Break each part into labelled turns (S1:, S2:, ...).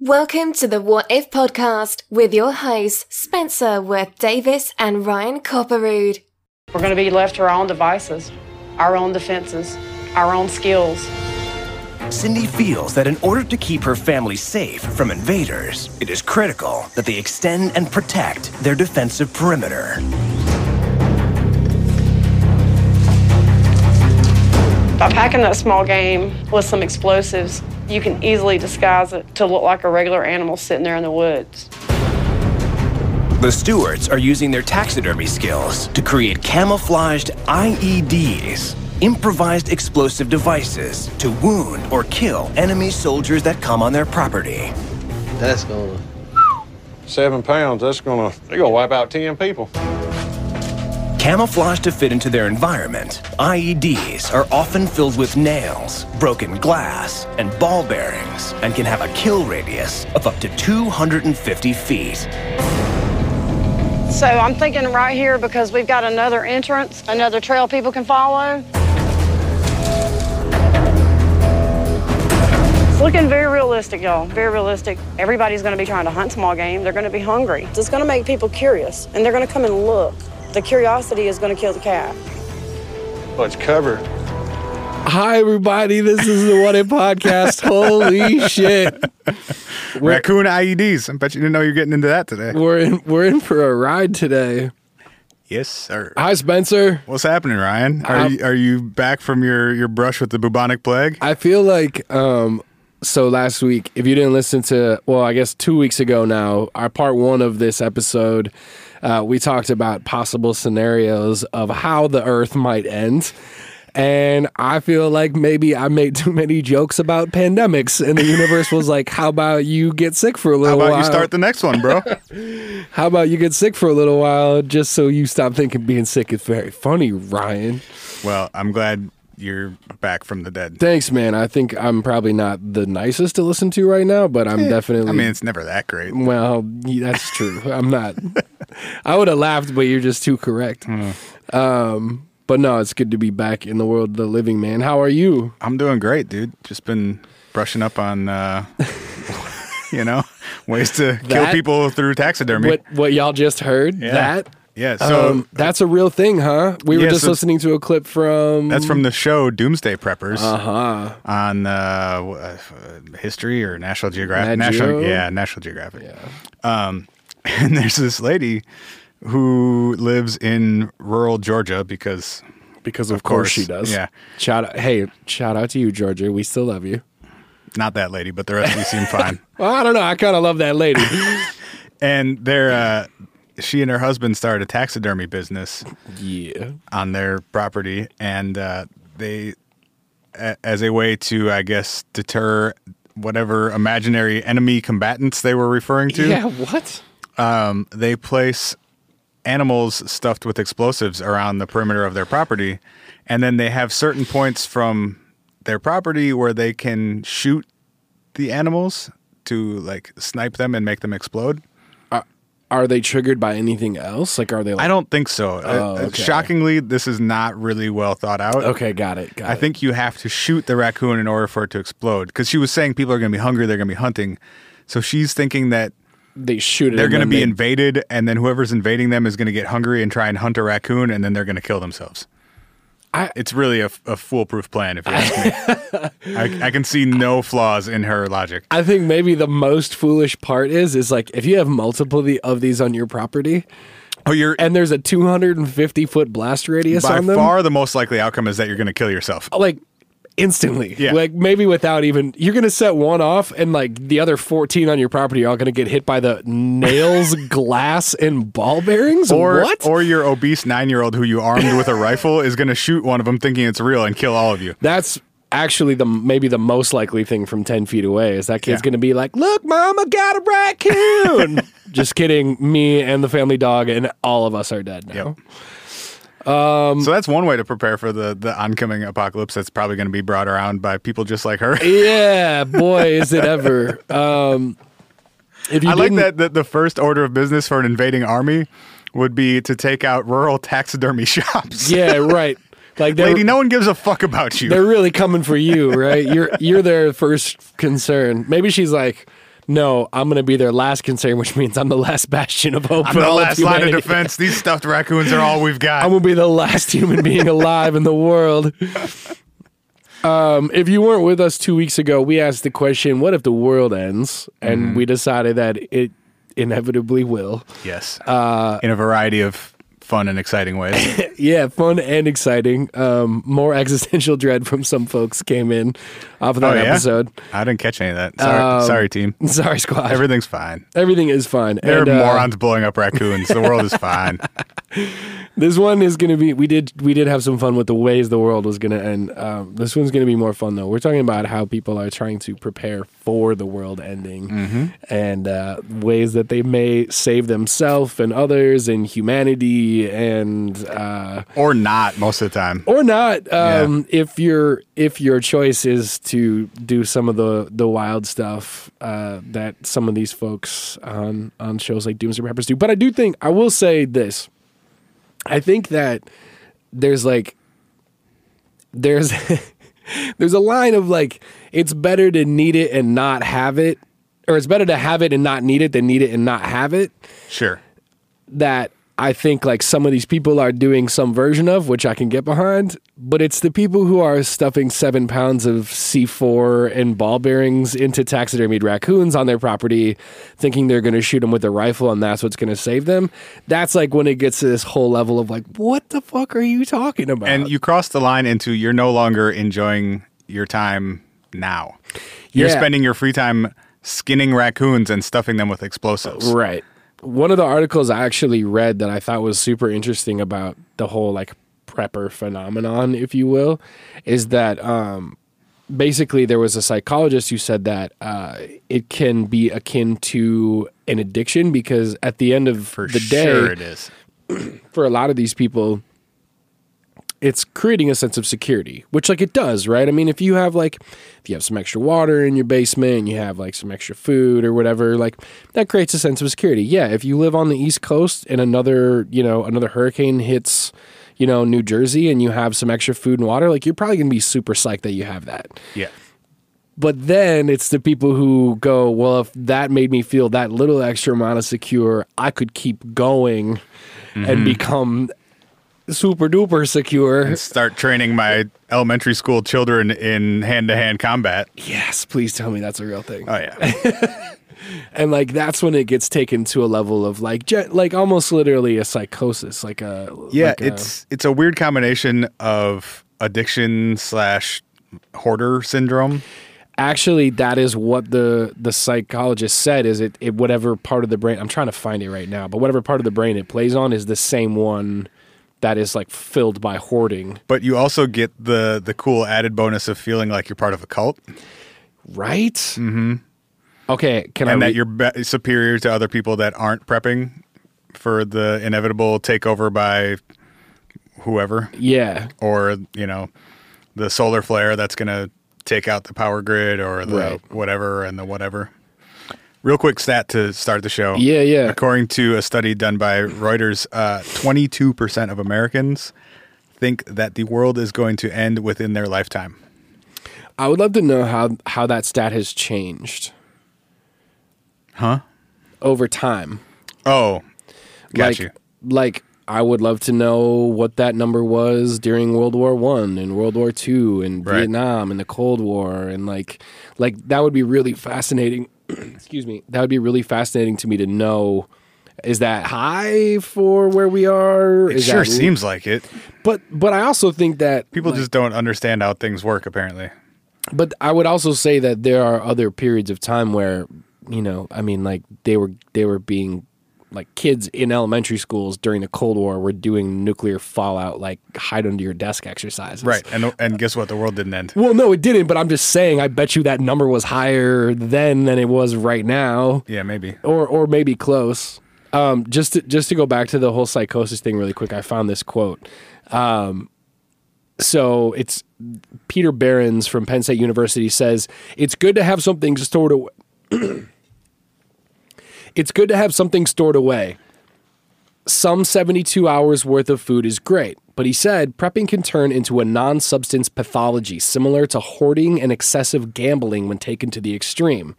S1: Welcome to the What If podcast with your hosts, Spencer Worth Davis and Ryan Copperrood.
S2: We're going to be left to our own devices, our own defenses, our own skills.
S3: Cindy feels that in order to keep her family safe from invaders, it is critical that they extend and protect their defensive perimeter.
S2: By packing that small game with some explosives, you can easily disguise it to look like a regular animal sitting there in the woods.
S3: The Stewarts are using their taxidermy skills to create camouflaged IEDs, improvised explosive devices, to wound or kill enemy soldiers that come on their property.
S4: That's gonna.
S5: seven pounds, that's gonna they're gonna wipe out ten people.
S3: Camouflaged to fit into their environment, IEDs are often filled with nails, broken glass, and ball bearings, and can have a kill radius of up to 250 feet.
S2: So I'm thinking right here because we've got another entrance, another trail people can follow. It's looking very realistic, y'all. Very realistic. Everybody's going to be trying to hunt small game. They're going to be hungry. It's going to make people curious, and they're going to come and look. The curiosity is going to kill the cat.
S5: Well, it's covered.
S6: Hi, everybody. This is the What It Podcast. Holy shit. We're,
S7: Raccoon IEDs. I bet you didn't know you're getting into that today.
S6: we're, in, we're in for a ride today.
S7: Yes, sir.
S6: Hi, Spencer.
S7: What's happening, Ryan? Are
S6: Um,
S7: you, are you back from your, your brush with the bubonic plague?
S6: I feel like, um, so last week, if you didn't listen to, well, I guess two weeks ago now, our part one of this episode, uh, we talked about possible scenarios of how the earth might end. And I feel like maybe I made too many jokes about pandemics, and the universe was like, "How about you get sick for a
S7: How
S6: little
S7: about
S6: while?"
S7: you start the next one, bro?
S6: How about you get sick for a little while just so you stop thinking being sick is very funny, Ryan?
S7: well, I'm glad you're back from the dead.
S6: Thanks, man. I think I'm probably not the nicest to listen to right now, but I'm definitely.
S7: I mean, it's never that great.
S6: well, y- that's true. I'm not. I would have laughed, but you're just too correct.
S7: Hmm.
S6: Um, but no, it's good to be back in the world of the living, man. How are you?
S7: I'm doing great, dude. Just been brushing up on, uh, you know, ways to kill
S6: That-
S7: people through taxidermy.
S6: what What y'all just heard?
S7: Yeah.
S6: That.
S7: Yeah, so-
S6: um, that's a real thing, huh? We were
S7: Yeah,
S6: just
S7: so-
S6: listening to a clip from.
S7: That's from the show Doomsday Preppers
S6: Mm. Uh-huh.
S7: on uh, w- uh, f- history or National Geographic.
S6: Nat Geo?
S7: National, yeah, National Geographic. Um, and there's this lady who lives in rural Georgia because
S6: Because of,
S7: Of
S6: course,
S7: course.
S6: she does.
S7: Yeah.
S6: Shout out, hey, shout out to you, Georgia. We still love you.
S7: not that lady, but the rest of you seem fine.
S6: Well, I don't know. I kind of love that lady.
S7: And they're uh, she and her husband started a taxidermy business
S6: yeah.
S7: on their property, and uh, they, a- as a way to, I guess, deter whatever imaginary enemy combatants they were referring to.
S6: Yeah. What?
S7: they place animals stuffed with explosives around the perimeter of their property and then they have certain points from their property where they can shoot the animals to like snipe them and make them explode
S6: Are they triggered by anything else? Like, are they? Like,
S7: i don't think so Uh,
S6: Oh, okay.
S7: shockingly this is not really well thought out
S6: Okay, got it. Got
S7: i
S6: it.
S7: think you have to shoot the raccoon in order for it to explode because she was saying people are going to be hungry they're going to be hunting so she's thinking that
S6: they shoot it.
S7: they're
S6: and
S7: going to
S6: then
S7: be
S6: they-
S7: invaded, and then whoever's invading them is going to get hungry and try and hunt a raccoon, and then they're going to kill themselves.
S6: I-
S7: it's really a, a foolproof plan, if you ask me. I, I can see no flaws in her logic.
S6: I think maybe the most foolish part is is like if you have multiple the- of these on your property
S7: Oh, you're
S6: and there's a 250 foot blast radius
S7: by
S6: on them,
S7: far the most likely outcome is that you're going to kill yourself.
S6: like instantly.
S7: Yeah.
S6: Like maybe without even you're gonna set one off and like the other fourteen on your property are all gonna get hit by the nails, glass, and ball bearings.
S7: Or,
S6: what?
S7: or your obese nine year old who you armed with a rifle is going to shoot one of them thinking it's real and kill all of you.
S6: That's actually the maybe the most likely thing from ten feet away is that kid's
S7: Yeah.
S6: gonna be like, Look, mom, I got a raccoon. Just kidding, me and the family dog and all of us are dead now.
S7: Yep.
S6: Um,
S7: so that's one way to prepare for the, the oncoming apocalypse that's probably going to be brought around by people just like her.
S6: Yeah, boy, is it ever. Um if you
S7: I like
S6: didn't-
S7: that, that the first order of business for an invading army would be to take out rural taxidermy shops.
S6: Yeah, right. Like they're-
S7: Lady, no one gives a fuck about you.
S6: they're really coming for you, right? You're you're their first concern. Maybe she's like, no, I'm going to be their last concern, which means I'm the last bastion of hope
S7: I'm
S6: for
S7: the
S6: all
S7: last
S6: of
S7: line of
S6: humanity.
S7: defense. These stuffed raccoons are all we've got.
S6: I'm gonna be the last human being alive in the world. Um, if you weren't with us two weeks ago, we asked the question, "What if the world ends?" And we decided that it inevitably will.
S7: yes.
S6: Uh,
S7: In a variety of fun and exciting ways.
S6: Yeah, fun and exciting. Um, more existential dread from some folks came in off of that episode.
S7: Oh,
S6: Um,
S7: I didn't catch any of that. Sorry, sorry team.
S6: Sorry, squad.
S7: Everything's fine.
S6: Everything is fine.
S7: There
S6: And,
S7: are
S6: uh,
S7: morons blowing up raccoons. The world is fine.
S6: This one is gonna be. We did. We did have some fun with the ways the world was gonna end. Um, this one's gonna be more fun though. We're talking about how people are trying to prepare for the world ending, and uh, ways that they may save themselves and others and humanity, and uh,
S7: Or not most of the time.
S6: or not.
S7: Yeah.
S6: Um, If your if your choice is to do some of the the wild stuff uh, that some of these folks on on shows like Doomsday Preppers do, but I do think I will say this. I think that there's like there's there's a line of like it's better to need it and not have it, or it's better to have it and not need it than need it and not have it
S7: Sure.
S6: that I think like some of these people are doing some version of, which I can get behind, but it's the people who are stuffing seven pounds of C4 and ball bearings into taxidermied raccoons on their property, thinking they're going to shoot them with a rifle and that's what's going to save them. That's like when it gets to this whole level of like, what the fuck are you talking about?
S7: And you cross the line into you're no longer enjoying your time now. You're
S6: Yeah.
S7: spending your free time skinning raccoons and stuffing them with explosives.
S6: Right. One of the articles I actually read that I thought was super interesting about the whole like prepper phenomenon, if you will, is that um, basically there was a psychologist who said that uh, it can be akin to an addiction because at the end of
S7: For
S6: the day,
S7: sure it is.
S6: for a lot of these people it's creating a sense of security which like it does right i mean if you have like if you have some extra water in your basement you have like some extra food or whatever like that creates a sense of security yeah if you live on the east coast and another you know another hurricane hits you know new jersey and you have some extra food and water like you're probably going to be super psyched that you have that
S7: Yeah.
S6: but then it's the people who go, well, if that made me feel that little extra amount of secure, I could keep going and become super duper secure.
S7: Start training my elementary school children in hand to hand combat.
S6: Yes, please tell me that's a real thing.
S7: Oh yeah.
S6: And like that's when it gets taken to a level of like, ge- like almost literally a psychosis, like uh, a
S7: Yeah,
S6: like a-
S7: it's uh, it's a weird combination of addiction slash hoarder syndrome.
S6: actually that is what the the psychologist said is it, it whatever part of the brain i'm trying to find it right now but whatever part of the brain it plays on is the same one that is like filled by hoarding
S7: But you also get the the cool added bonus of feeling like you're part of a cult
S6: Oh, right mm-hmm okay can
S7: and
S6: i
S7: that
S6: re-
S7: you're be- superior to other people that aren't prepping for the inevitable takeover by whoever
S6: yeah
S7: or you know the solar flare that's going to take out the power grid or the
S6: Right.
S7: whatever and the whatever. Real quick stat to start the show.
S6: Yeah, yeah.
S7: According to a study done by Reuters, uh, 22% of Americans think that the world is going to end within their lifetime.
S6: i would love to know how how that stat has changed
S7: Huh?
S6: over time
S7: Oh, got
S6: like
S7: you.
S6: like I would love to know what that number was during World War One and World War Two and
S7: Right.
S6: Vietnam and the Cold War and like like that would be really fascinating. Excuse me, that would be really fascinating to me to know. Is that high for where we are?
S7: It
S6: Is
S7: sure
S6: that-
S7: seems like it.
S6: But but I also think that
S7: People just don't understand how things work, apparently.
S6: but I would also say that there are other periods of time where, you know, I mean, like they were they were being like kids in elementary schools during the Cold War were doing nuclear fallout like hide under your desk exercises.
S7: Right. And, and guess what? The world didn't end.
S6: Well, no, it didn't. But I'm just saying, I bet you that number was higher then than it was right now,
S7: Yeah, maybe.
S6: or or maybe close. Um, just to, just to go back to the whole psychosis thing really quick, I found this quote. Um, so it's Peter Behrens from Penn State University says it's good to have something stored away. it's good to have something stored away. Some 72 hours worth of food is great, but he said prepping can turn into a non substance pathology similar to hoarding and excessive gambling when taken to the extreme.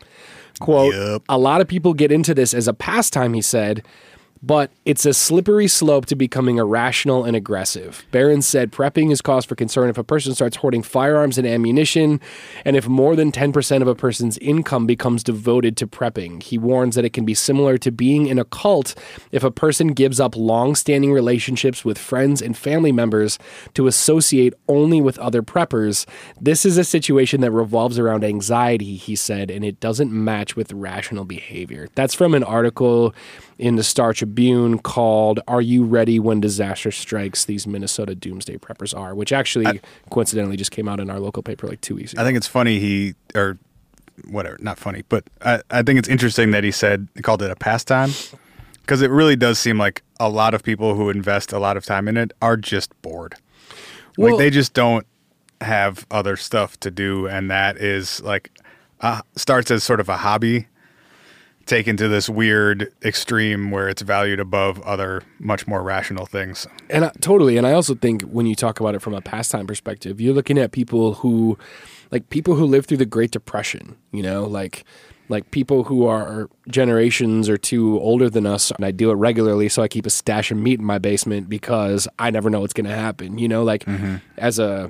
S6: Quote,
S7: Yep.
S6: a lot of people get into this as a pastime, he said, but it's a slippery slope to becoming irrational and aggressive. Barron said prepping is cause for concern if a person starts hoarding firearms and ammunition, and if more than 10% of a person's income becomes devoted to prepping. He warns that it can be similar to being in a cult if a person gives up long standing relationships with friends and family members to associate only with other preppers. This is a situation that revolves around anxiety, he said, and it doesn't match with rational behavior. That's from an article in the Star Tribune called Are You Ready When Disaster Strikes? These Minnesota Doomsday Preppers Are, which actually coincidentally just came out in our local paper like two weeks ago.
S7: I think it's funny he or whatever, not funny, but I, I think it's interesting that he said he called it a pastime because it really does seem like a lot of people who invest a lot of time in it are just bored.
S6: Well-
S7: like they just don't have other stuff to do, and that is like uh, starts as sort of a hobby taken to this weird extreme where it's valued above other much more rational things.
S6: And I, totally. And I also think when you talk about it from a pastime perspective, you're looking at people who, like people who lived through the Great Depression. You know, like like people who are generations or two older than us. And I do it regularly, so I keep a stash of meat in my basement because I never know what's going to happen. You know, like
S7: Mm-hmm.
S6: as a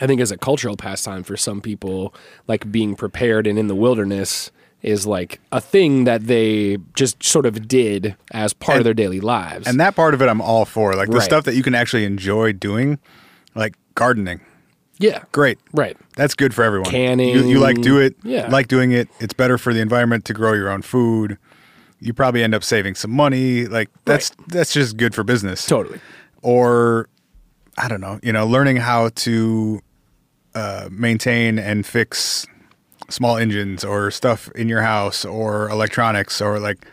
S6: I think as a cultural pastime for some people, like being prepared and in the wilderness is like a thing that they just sort of did as part of
S7: And-
S6: their daily lives.
S7: And that part of it I'm all for. Like the
S6: Right.
S7: stuff that you can actually enjoy doing, like gardening.
S6: yeah,
S7: Great.
S6: right.
S7: That's good for everyone.
S6: Canning.
S7: You, you like do it.
S6: Yeah.
S7: Like doing it. It's better for the environment to grow your own food. You probably end up saving some money. Like that's that's just good for business.
S6: Totally.
S7: Or I don't know, you know, learning how to uh, maintain and fix small engines or stuff in your house or electronics or like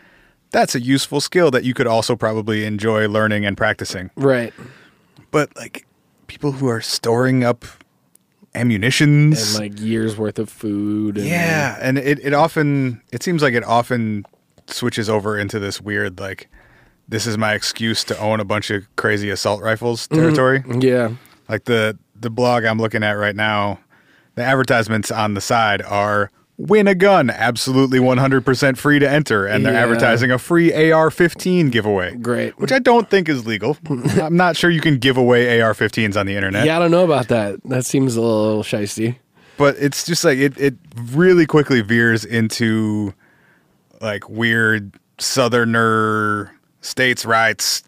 S7: that's a useful skill that you could also probably enjoy learning and practicing
S6: Right.
S7: but like people who are storing up ammunitions
S6: And like years worth of food. And
S7: yeah and it, it often it seems like it often switches over into this weird like this is my excuse to own a bunch of crazy assault rifles
S6: Mm-hmm.
S7: territory
S6: Yeah.
S7: like the the blog i'm looking at right now the advertisements on the side are win a gun absolutely 100% free to enter and they're
S6: Yeah.
S7: advertising a free ar-15 giveaway
S6: Great.
S7: which i don't think is legal i'm not sure you can give away ar-15s on the internet
S6: Yeah, I don't know about that. That seems a little shisty.
S7: but it's just like it, it really quickly veers into like weird southerner states rights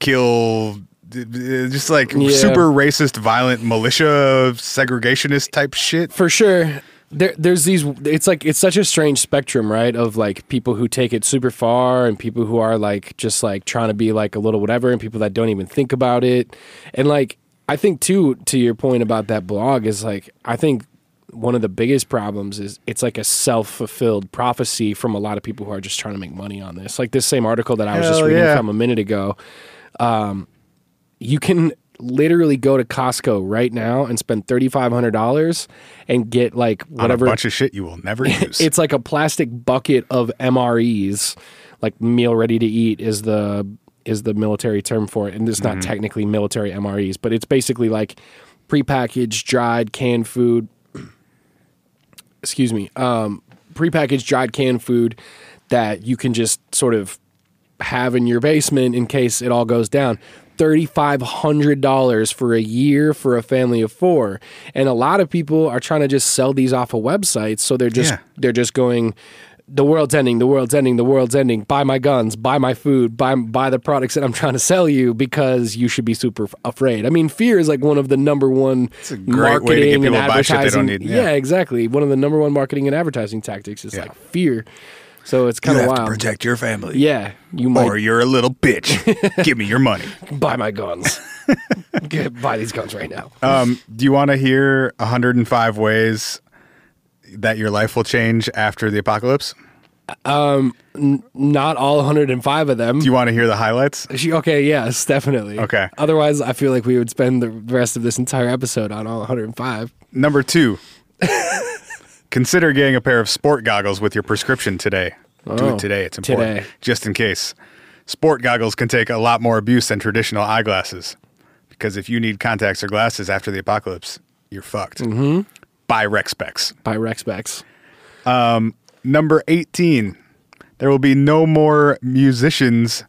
S7: kill d- d- just like
S6: Yeah.
S7: super racist violent militia segregationist type shit
S6: For sure. There, there's these. It's like it's such a strange spectrum, right? Of like people who take it super far, and people who are like just like trying to be like a little whatever, and people that don't even think about it. And like I think too, to your point about that blog is like I think one of the biggest problems is it's like a self fulfilled prophecy from a lot of people who are just trying to make money on this. Like this same article that I was just
S7: Hell
S6: reading
S7: yeah.
S6: from a minute ago. you can literally go to Costco right now and spend thirty five hundred dollars and get like
S7: on a
S6: whatever
S7: bunch of shit you will never use
S6: it's like a plastic bucket of MREs, like meal ready to eat is the is the military term for it, and it's not technically military MREs, but it's basically like prepackaged, dried canned food. Excuse me, um, prepackaged dried canned food that you can just sort of have in your basement in case it all goes down. $3,500 for a year for a family of four. And a lot of people are trying to just sell these off of websites. So they're just,
S7: Yeah.
S6: they're just going, the world's ending, the world's ending, the world's ending. Buy my guns, buy my food, buy, buy the products that I'm trying to sell you because you should be super f- afraid. I mean, fear is like one of the number one
S7: a great way to
S6: marketing
S7: get
S6: and
S7: people to buy shit they
S6: advertising.
S7: don't need, yeah.
S6: yeah, exactly. One of the number one marketing and advertising tactics is
S7: Yeah.
S6: like fear. So it's kind of wild.
S7: your family
S6: yeah, you might
S7: or you're a little bitch give me your money
S6: buy my guns. Get, buy these guns right now.
S7: um, do you want to hear 105 ways that your life will change after the apocalypse
S6: Not all 105 of them.
S7: do you want to hear the highlights
S6: She- okay, yes, definitely.
S7: Okay.
S6: Otherwise, I feel like we would spend the rest of this entire episode on all 105.
S7: Number two, consider getting a pair of sport goggles with your prescription today. Do
S6: Oh,
S7: it today. It's important.
S6: today.
S7: Just in case. Sport goggles can take a lot more abuse than traditional eyeglasses because if you need contacts or glasses after the apocalypse, you're fucked. Mm-hmm. Buy Rexpecs.
S6: By Rexbex.
S7: number 18. There will be no more musicians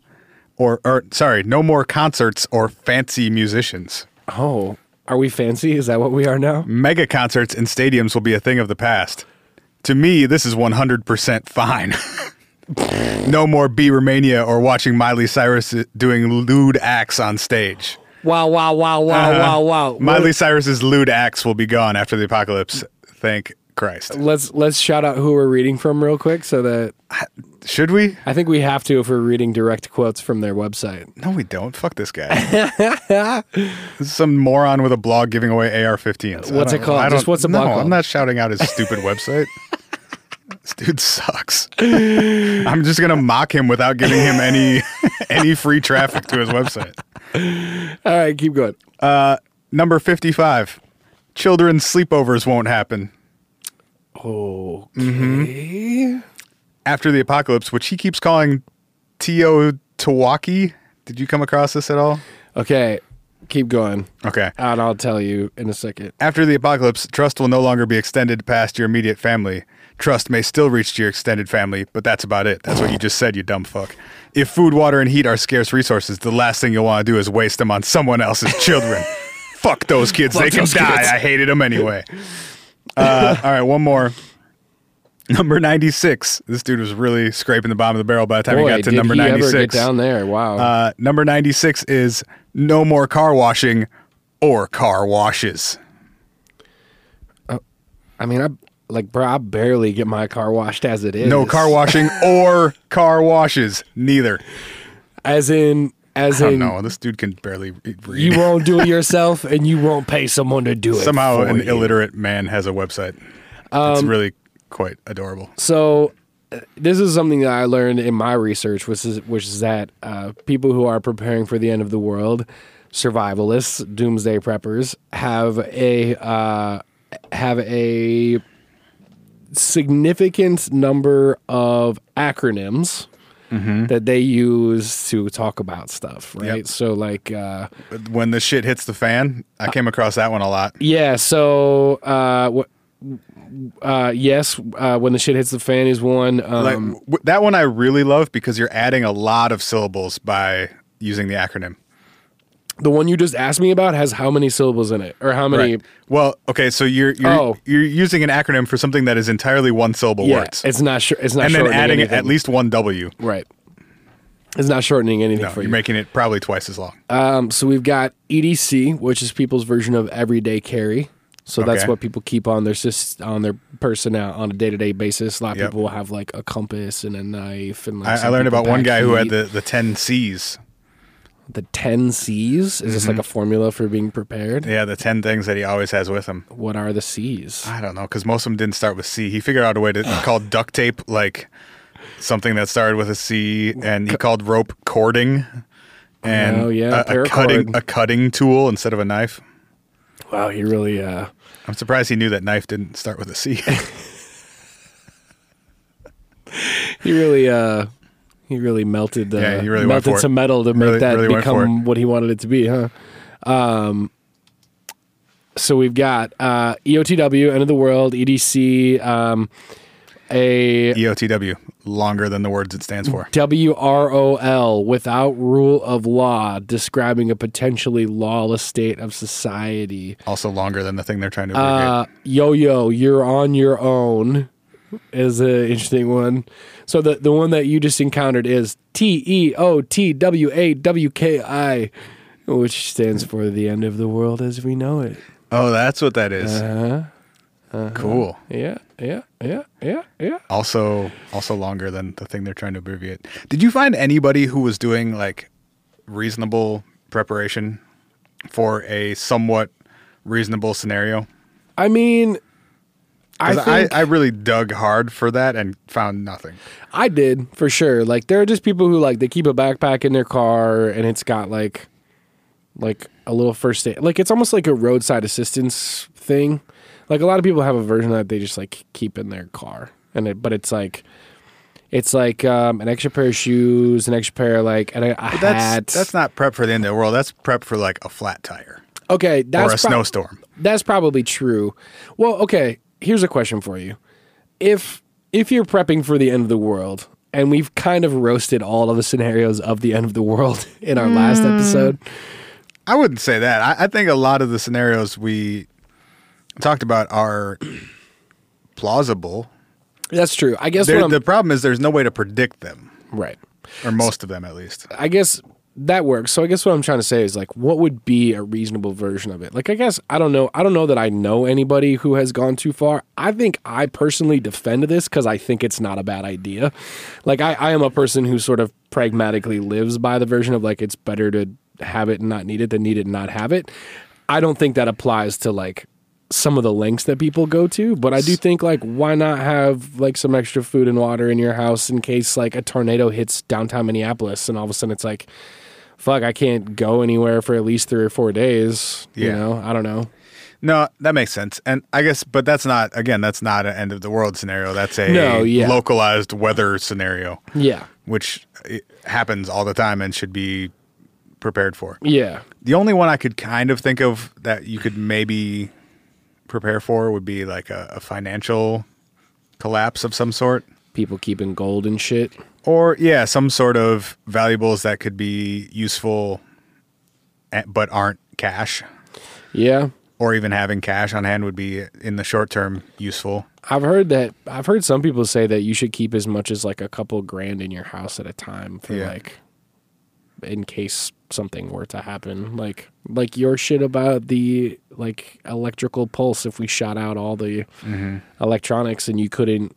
S7: or, or sorry, no more concerts or fancy musicians.
S6: Oh, are we fancy? Is that what we are now?
S7: Mega concerts in stadiums will be a thing of the past. To me, this is 100% fine. no more B Romania or watching Miley Cyrus doing lewd acts on stage.
S6: Wow, wow, wow, wow,
S7: Uh-huh.
S6: wow, wow.
S7: Miley Cyrus's lewd acts will be gone after the apocalypse. Thank Christ.
S6: Let's let's shout out who we're reading from real quick so that
S7: Should we?
S6: I think we have to if we're reading direct quotes from their website.
S7: No, we don't. Fuck this guy. this is some moron with a blog giving away AR-15s. I
S6: What's
S7: don't-
S6: it called?
S7: I
S6: Just
S7: don't-
S6: what's the
S7: no,
S6: blog called?
S7: I'm not shouting out his stupid website. This dude sucks. I'm just gonna mock him without giving him any any free traffic to his website.
S6: All right, keep going.
S7: Number 55. Children's sleepovers won't happen. Mm-hmm. After the apocalypse, which he keeps calling Tio Tawaki. Did you come across this at all?
S6: Okay, keep going.
S7: Okay.
S6: And I'll tell you in a second.
S7: After the apocalypse, trust will no longer be extended past your immediate family. Trust may still reach to your extended family, but that's about it. That's what you just said, you dumb fuck. If food, water, and heat are scarce resources, the last thing you'll want to do is waste them on someone else's children. fuck those kids. they can die. I hated them anyway. Uh, all right, one more. Number 96. This dude was really scraping the bottom of the barrel by the time he
S6: Boy,
S7: got to
S6: did
S7: number
S6: he
S7: 96.
S6: ever get down there? Wow.
S7: Uh, number 96 is no more car washing or car washes.
S6: I mean, I like, bro, I barely get my car washed as it is.
S7: No car washing or car washes. Neither.
S6: As in, as
S7: I don't
S6: in,
S7: know. This dude can barely re- read.
S6: you won't do it yourself, and you won't pay someone to do it.
S7: Somehow
S6: for
S7: an
S6: you. Um,
S7: illiterate man has a website. it's really quite adorable.
S6: So uh, this is something that I learned in my research, which is which is that uh, people who are preparing for the end of the world, survivalists, doomsday preppers, have a uh, have a significant number of acronyms. That they use to talk about stuff, right?
S7: Mm-hmm. Yep.
S6: So, like, uh,
S7: When the shit hits the fan, I came across that one a lot.
S6: yeah. So, uh, wh- uh, yes, uh, when the shit hits the fan is one. Um,
S7: Like w- that one I really love because you're adding a lot of syllables by using the acronym.
S6: the one you just asked me about has how many syllables in it or how many
S7: Right. Well, okay, so you're you're,
S6: Oh.
S7: you're using an acronym for something that is entirely one syllable
S6: yeah
S7: words.
S6: it's not sure it's not
S7: and then
S6: shortening
S7: adding
S6: anything.
S7: at least one W.
S6: right it's not shortening anything
S7: No,
S6: for
S7: you're
S6: you
S7: making it probably twice as long.
S6: um so we've got edc which is people's version of everyday carry so that's
S7: Okay.
S6: what people keep on their sys- on their person out on a day-to-day basis a lot of
S7: Yep.
S6: people will have like a compass and a knife and like
S7: I, I
S6: some
S7: learned
S6: people
S7: about one
S6: pack
S7: guy who had
S6: heat.
S7: the, the 10 C's.
S6: the 10 c's is this
S7: Mm-hmm.
S6: like a formula for being prepared
S7: Yeah, the 10 things that he always has with him.
S6: what are the c's
S7: I don't know, because most of them didn't start with C. He figured out a way to call duct tape like something that started with a C, and he called rope cording and
S6: Oh, yeah,
S7: a, a cutting
S6: paracord.
S7: a cutting tool instead of a knife.
S6: wow he really uh
S7: I'm surprised he knew that knife didn't start with a C.
S6: He really, uh, he really melted. Uh,
S7: Yeah, he really went for
S6: melted
S7: it.
S6: some metal to make
S7: Really-
S6: that
S7: really went for
S6: become what he wanted it to be, huh? Um, so we've got uh, EOTW, End of the World, EDC, um, a
S7: E EOTW, longer than the words it stands for.
S6: WROL, without rule of law, describing a potentially lawless state of society.
S7: Also longer than the thing they're trying to
S6: Uh,
S7: abbreviate.
S6: yo yo, you're on your own is an interesting one. So the the one that you just encountered is T E O T W A W K I, which stands for the end of the world as we know it.
S7: Oh, that's what that is.
S6: uh-huh,
S7: Cool.
S6: Yeah, yeah, yeah, yeah, yeah.
S7: also also longer than the thing they're trying to abbreviate. Did you find anybody who was doing like reasonable preparation for a somewhat reasonable scenario?
S6: I mean, I
S7: 'Cause
S6: think
S7: I, I really dug hard for that and found nothing.
S6: I did for sure. Like there are just people who like they keep a backpack in their car and it's got like like a little first aid. Like it's almost like a roadside assistance thing. Like a lot of people have a version that they just like keep in their car. And it but it's like it's like um, an extra pair of shoes, an extra pair of like and a, a
S7: But that's
S6: hat.
S7: that's not prep for the end of the world. That's prep for like a flat tire
S6: okay, that's
S7: or a
S6: prob-
S7: snowstorm.
S6: That's probably true. Well, okay, here's a question for you. If if you're prepping for the end of the world, and we've kind of roasted all of the scenarios of the end of the world in our last episode,
S7: I wouldn't say that. I, I think a lot of the scenarios we talked about are plausible.
S6: that's true. I guess
S7: There-
S6: what I'm,
S7: The problem is there's no way to predict them,
S6: right.
S7: or most of them at least.
S6: I guess that works. So I guess what I'm trying to say is like, what would be a reasonable version of it? Like, I guess I don't know. I don't know that I know anybody who has gone too far. I think I personally defend this because I think it's not a bad idea. Like, I, I am a person who sort of pragmatically lives by the version of like, it's better to have it and not need it than need it and not have it. I don't think that applies to like some of the lengths that people go to, but I do think like why not have like some extra food and water in your house in case like a tornado hits downtown Minneapolis and all of a sudden it's like fuck, I can't go anywhere for at least 3 or 4 days, you
S7: Yeah.
S6: know? I don't know.
S7: No, that makes sense. And I guess, but that's not, again, that's not an end of the world scenario. That's a
S6: No, yeah.
S7: localized weather scenario,
S6: Yeah.
S7: which it happens all the time and should be prepared for.
S6: Yeah.
S7: The only one I could kind of think of that you could maybe prepare for would be like a, a financial collapse of some sort.
S6: People keeping gold and shit.
S7: Or, yeah, some sort of valuables that could be useful eh, but aren't cash.
S6: Yeah.
S7: Or even having cash on hand would be in the short term useful.
S6: I've heard that I've heard some people say that you should keep as much as like a couple grand in your house at a time for
S7: Yeah.
S6: like in case something were to happen. Like like your shit about the like electrical pulse if we shot out all the
S7: Mm-hmm.
S6: electronics and you couldn't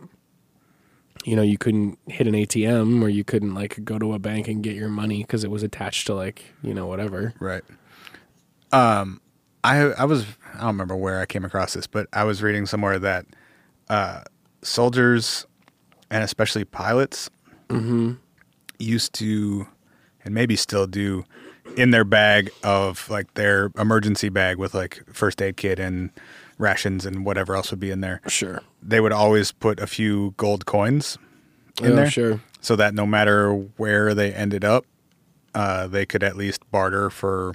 S6: you know, you couldn't hit an ATM or you couldn't like go to a bank and get your money cuz it was attached to like, you know, whatever.
S7: Right. Um, I I was I don't remember where I came across this, but I was reading somewhere that uh, soldiers and especially pilots used to and maybe still do in their bag of like their emergency bag with like first aid kit and rations and whatever else would be in there.
S6: Sure.
S7: They would always put a few gold coins in
S6: Oh,
S7: there,
S6: sure.
S7: so that no matter where they ended up, uh, they could at least barter for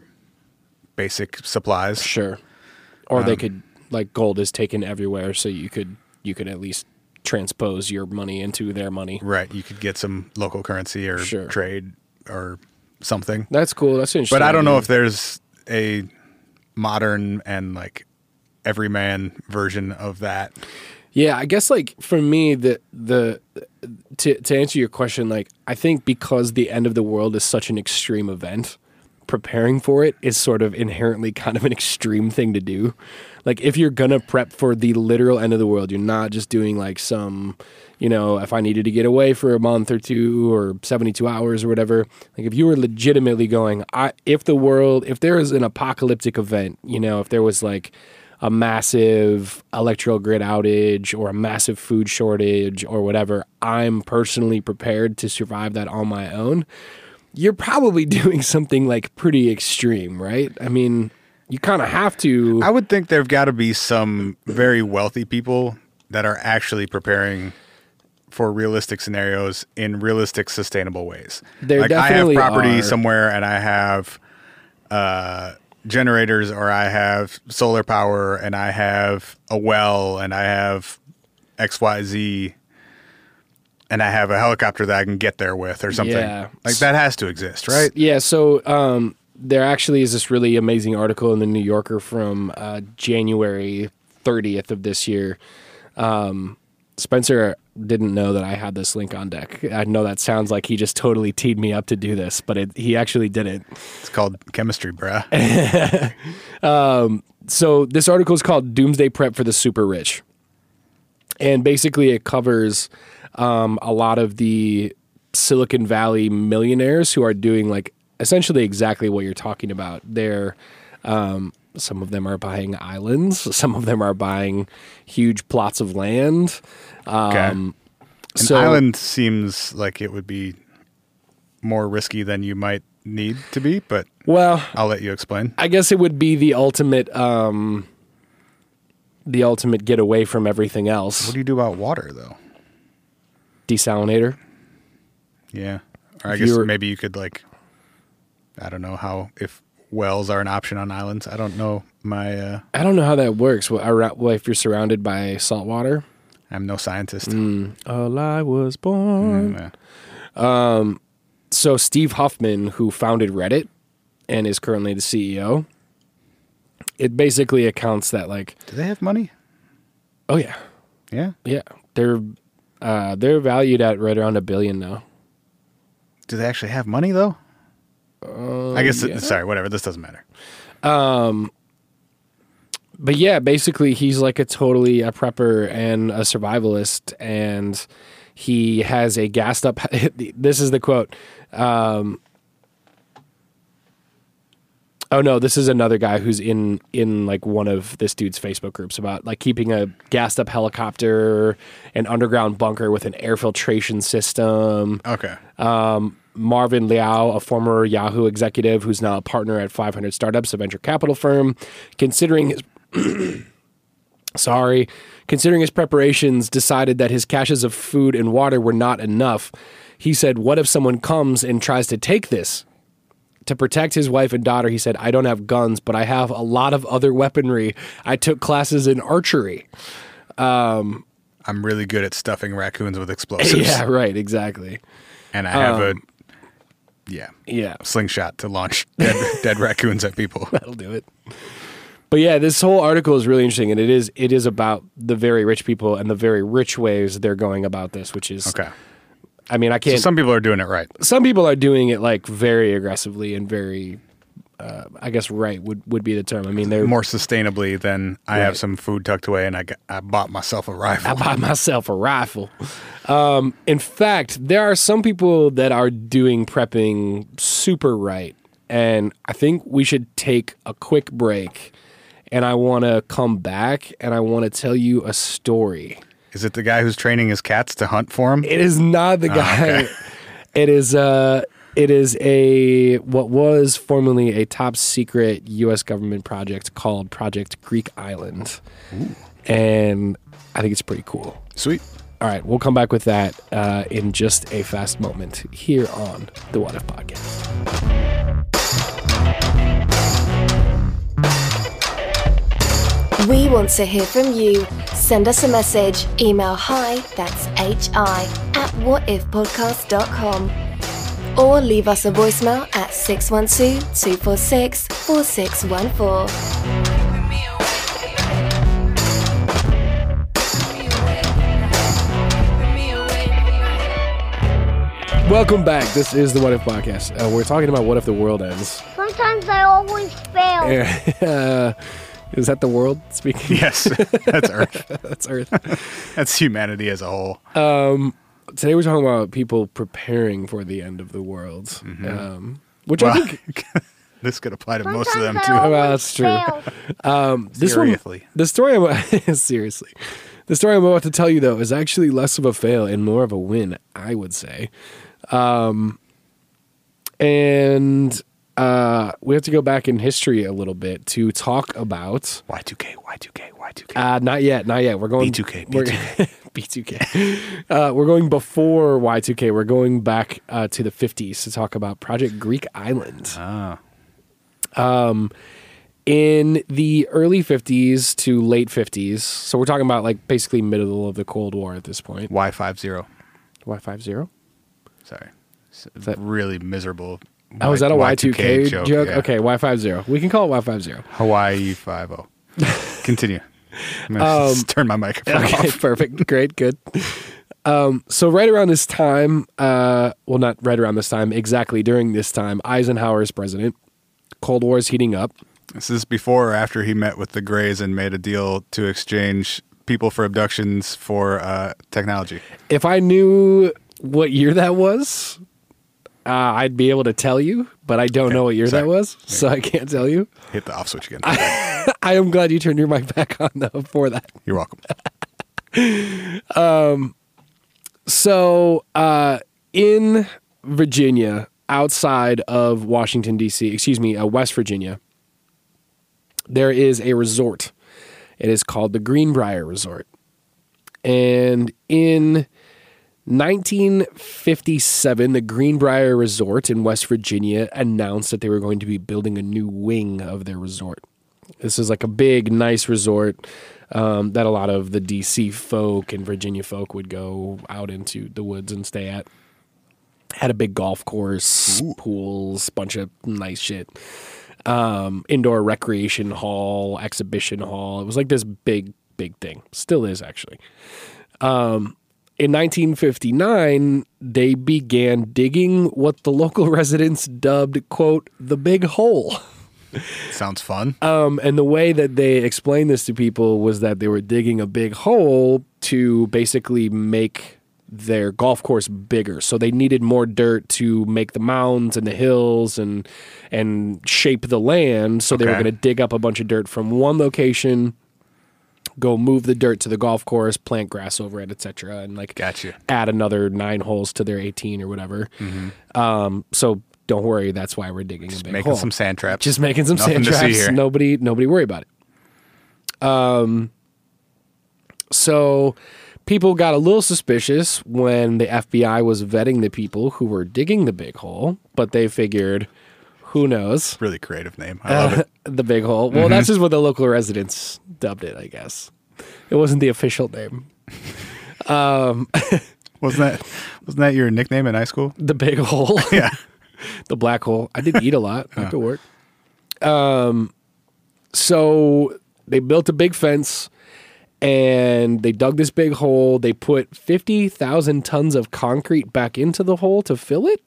S7: basic supplies.
S6: Sure. Or they could like gold is taken everywhere, so you could you could at least transpose your money into their money.
S7: Right, you could get some local currency or
S6: Sure.
S7: trade or something.
S6: That's cool. That's interesting.
S7: But I don't know if there's a modern and like everyman version of that.
S6: Yeah, I guess like for me the the to to answer your question, like I think because the end of the world is such an extreme event, preparing for it is sort of inherently kind of an extreme thing to do. Like if you're gonna prep for the literal end of the world, you're not just doing like some, you know, if I needed to get away for a month or two or seventy two hours or whatever. Like if you were legitimately going, I if the world if there is an apocalyptic event, you know, if there was like a massive electrical grid outage or a massive food shortage or whatever, I'm personally prepared to survive that on my own. You're probably doing something like pretty extreme, right? I mean, you kind of have to.
S7: I would think there've got to be some very wealthy people that are actually preparing for realistic scenarios in realistic, sustainable ways.
S6: There
S7: like
S6: definitely
S7: I have property
S6: are.
S7: somewhere, and I have uh, generators, or I have solar power, and I have a well, and I have X, Y, Z, and I have a helicopter that I can get there with, or something.
S6: Yeah.
S7: Like that has to exist, right?
S6: Yeah, so um, there actually is this really amazing article in the New Yorker from uh, January 30th of this year. Um, Spencer didn't know that I had this link on deck. I know that sounds like he just totally teed me up to do this, but it, he actually didn't.
S7: It's called chemistry, bruh.
S6: so this article is called Doomsday Prep for the Super Rich. And basically, it covers um, a lot of the Silicon Valley millionaires who are doing like essentially exactly what you're talking about. They're um, some of them are buying islands, some of them are buying huge plots of land.
S7: Okay.
S6: Um,
S7: An
S6: so-
S7: island seems like it would be more risky than you might need to be, but
S6: Well,
S7: I'll let you explain.
S6: I guess it would be the ultimate, um, the ultimate get away from everything
S7: What
S6: else.
S7: do you do about water, though?
S6: Desalinator.
S7: Yeah. Or I
S6: If
S7: guess
S6: you're-
S7: maybe you could, like, I don't know how, if wells are an option on islands. I don't know my, uh,
S6: I don't know how that works. Well, around, well, if you're surrounded by salt water,
S7: I'm no scientist.
S6: Hmm. All I was born.
S7: Yeah.
S6: Um, So Steve Huffman, who founded Reddit and is currently the CEO, it basically accounts that like,
S7: Do they have money?
S6: oh yeah,
S7: Yeah.
S6: yeah, they're uh, they're valued at right around a billion now.
S7: Do they actually have money though? I guess.
S6: Uh,
S7: Sorry, whatever. This doesn't matter.
S6: but yeah, basically he's like a totally a prepper and a survivalist, and he has a gassed up. this is the quote. Um, oh no, this is another guy who's in in like one of this dude's Facebook groups about like keeping a gassed up helicopter, an underground bunker with an air filtration system.
S7: Okay.
S6: Uh, Marvin Liao, a former Yahoo executive who's now a partner at 500 Startups, a venture capital firm, considering his sorry, considering his preparations, decided that his caches of food and water were not enough. He said, "What if someone comes and tries to take this?" To protect his wife and daughter, he said, "I don't have guns, but I have a lot of other weaponry. I took classes in archery."
S7: I'm really good at stuffing raccoons with explosives.
S6: yeah, right, exactly.
S7: And I have a yeah
S6: Um, Yeah.
S7: slingshot to launch dead, dead raccoons at people.
S6: That'll do it. But yeah, this whole article is really interesting, and it is it is about the very rich people and the very rich ways they're going about this, which is
S7: Okay.
S6: I mean, I
S7: So
S6: can't. some,
S7: some people are doing it right.
S6: people are doing it like very aggressively and very, uh, I guess, right would would be the term. I mean, they're
S7: More sustainably than I have some food tucked away, and I, got, I bought myself a rifle.
S6: I buy myself a rifle. Um, in fact, there are some people that are doing prepping super right. And I think we should take a quick break. And I want to come back and I want to tell you a story.
S7: Is it the guy who's training his cats to hunt for him?
S6: It is not the guy.
S7: okay.
S6: It is uh it is a what was formerly a top secret US government project called Project Greek Island. And I think it's pretty cool.
S7: Sweet.
S6: All right, we'll come back with that uh, in just a fast moment here on the What If Podcast.
S1: We want to hear from you. Send us a message. Email hi, that's hi, at whatifpodcast.com. Or leave us a voicemail at 612 246 4614.
S6: Welcome back. This is the What If Podcast. Uh, we're talking about what if the world ends.
S4: Sometimes I always fail.
S6: uh, is that the world speaking?
S7: Yes, that's Earth.
S6: That's Earth.
S7: That's humanity as a whole.
S6: Today we're talking about people preparing for the end of the world, um, which I think
S7: this could apply to most of
S4: Sometimes
S7: them
S4: I
S7: too.
S4: always
S6: Well, that's true.
S4: fail.
S6: this one,
S7: Seriously.
S6: the story I'm seriously, the story I'm about to tell you though is actually less of a fail and more of a win, I would say. Um, and uh, we have to go back in history a little bit to talk about.
S7: Y2K, Y2K, Y2K.
S6: Uh, not yet, not yet. We're going
S7: B2K,
S6: we're- B2K. Uh, we're going before Y2K. We're going back uh, to the 50s to talk about Project Greek Island. Um, in the early 50s to late 50s. So we're talking about like basically middle of the Cold War at this point.
S7: Y50.
S6: Y five zero.
S7: Sorry. It's a
S6: that-
S7: really miserable.
S6: Oh, is that a Y two K
S7: Y2K
S6: joke?
S7: yeah.
S6: Okay, Y five zero. We can call it Y five zero.
S7: Hawaii 50. Continue. I'm gonna just turn my microphone
S6: Um, Okay,
S7: off.
S6: perfect. Great, good. Um, so right around this time, uh, well, not right around this time, exactly during this time, Eisenhower is president. Cold War is heating up.
S7: Is this before or after he met with the Greys and made a deal to exchange people for abductions for uh, technology?
S6: If I knew what year that was, uh, I'd be able to tell you, but I don't know what year
S7: sorry.
S6: that was, so I can't tell you.
S7: Hit the off switch again.
S6: I am glad you turned your mic back on though for that.
S7: You're welcome.
S6: So uh, in Virginia, outside of Washington D.C., excuse me, uh, West Virginia, there is a resort. It is called the Greenbrier Resort, and in 1957, the Greenbrier Resort in West Virginia announced that they were going to be building a new wing of their resort. This is like a big, nice resort. um, that a lot of the DC folk and Virginia folk would go out into the woods and stay at. Had a big golf course, pools, bunch of nice shit. Um, indoor recreation hall, exhibition hall. It was like this big, big thing. Still is actually. Um, In 1959, they began digging what the local residents dubbed, quote, the big hole.
S7: Sounds fun.
S6: Um, and the way that they explained this to people was that they were digging a big hole to basically make their golf course bigger. So they needed more dirt to make the mounds and the hills and and shape the land. So they were
S7: Okay.
S6: going to dig up a bunch of dirt from one location, go move the dirt to the golf course, plant grass over it, etc. And like
S7: Gotcha.
S6: add another nine holes to their 18 or whatever. Um, so don't worry, that's why we're digging a big
S7: Making
S6: hole.
S7: some sand traps.
S6: Just making some
S7: Nothing
S6: sand
S7: to see
S6: traps.
S7: here.
S6: Nobody, nobody worry about it. Um, so people got a little suspicious when the FBI was vetting the people who were digging the big hole, but they figured, who knows,
S7: Really creative name. I love it. Mm-hmm.
S6: the big hole. Well, that's just what the local residents dubbed it, I guess. It wasn't the official name,
S7: Wasn't that wasn't that your nickname in high school?
S6: the big hole.
S7: Yeah.
S6: the black hole. I did eat a lot after work. Um, so they built a big fence and they dug this big hole. They put 50,000 tons of concrete back into the hole to fill it,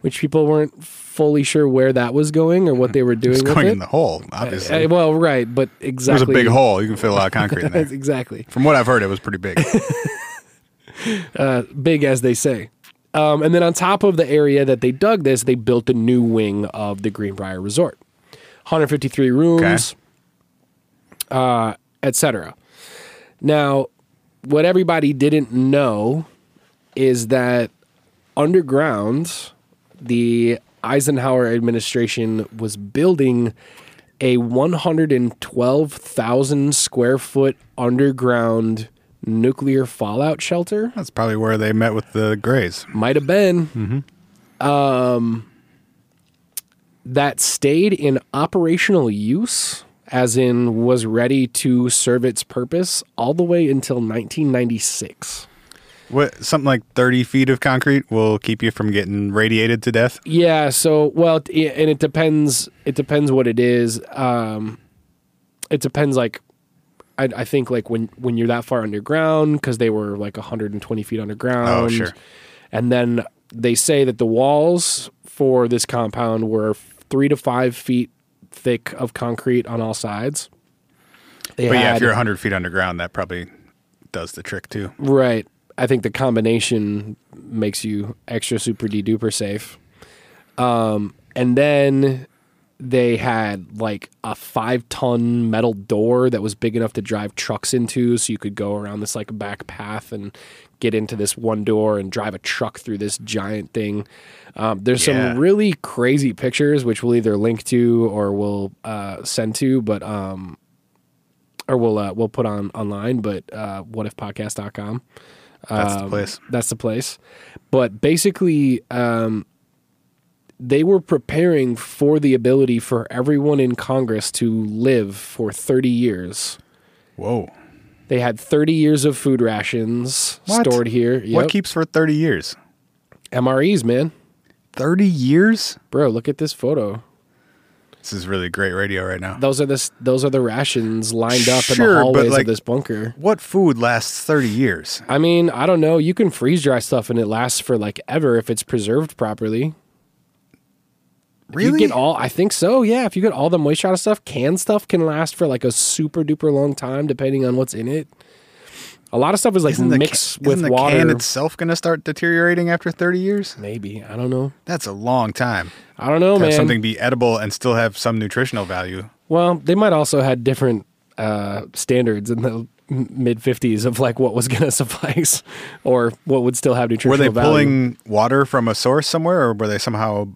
S6: which people weren't fully sure where that was going or what they were doing
S7: It's
S6: with
S7: going
S6: it.
S7: in the hole, obviously.
S6: Uh, well, right, but
S7: There's a
S6: exactly.
S7: big hole. You can fit a lot of concrete in there.
S6: Exactly.
S7: From what I've heard, it was pretty big.
S6: big as they say. Um, and then on top of the area that they dug this, they built a new wing of the Greenbrier Resort, 153 rooms, uh, etc. Now, what everybody didn't know is that underground, the Eisenhower administration was building a 112,000 square foot underground nuclear fallout shelter
S7: That's probably where they met with the Greys.
S6: might have been. Um,
S7: Mm-hmm.
S6: that stayed in operational use, as in was ready to serve its purpose, all the way until 1996.
S7: What something like thirty feet of concrete will keep you from getting radiated to death.
S6: Yeah. So, well, it- and it depends. It depends what it is. Um, it depends. Like, I, I think like when when you're that far underground, because they were like 120 feet underground.
S7: Oh, sure.
S6: And then they say that the walls for this compound were three to five feet thick of concrete on all sides. They
S7: But yeah, if
S6: had-
S7: you're hundred feet underground, that probably does the trick too.
S6: Right. I think the combination makes you extra super de duper safe. Um, and then they had like a five ton metal door that was big enough to drive trucks into. So you could go around this like back path and get into this one door and drive a truck through this giant thing. Um, there's
S7: Yeah.
S6: some really crazy pictures, which we'll either link to or we'll uh, send to. But um, or we'll uh, we'll put on online but uh whatifpodcast.com
S7: That's
S6: Um,
S7: the place.
S6: that's the place but basically um they were preparing for the ability for everyone in congress to live for 30 years
S7: Whoa.
S6: they had 30 years of food rations
S7: What?
S6: stored here Yep.
S7: What keeps for thirty years?
S6: mres man
S7: Thirty years?
S6: bro look at this photo
S7: This is really great radio right now.
S6: those are the s- those are the rations lined up in
S7: Sure,
S6: the
S7: but,
S6: hallways of
S7: like-
S6: this bunker
S7: What food lasts thirty years?
S6: I mean, I don't know. You can freeze dry stuff and it lasts for like ever if it's preserved properly. If
S7: Really?
S6: You get all I think so, yeah. If you get all the moisture out of stuff, canned stuff can last for like a super duper long time depending on what's in it. A lot of stuff is like
S7: Isn't the
S6: mixed
S7: ca-
S6: with
S7: isn't the
S6: water.
S7: can itself going to start deteriorating after 30 years?
S6: Maybe. I don't know.
S7: That's a long time.
S6: I don't know,
S7: to
S6: Oh, man.
S7: have something be edible and still have some nutritional value.
S6: Well, they might also had different uh, standards in the mid 50s of like what was going to suffice or what would still have nutritional
S7: Were they
S6: value.
S7: pulling water from a source somewhere, or were they somehow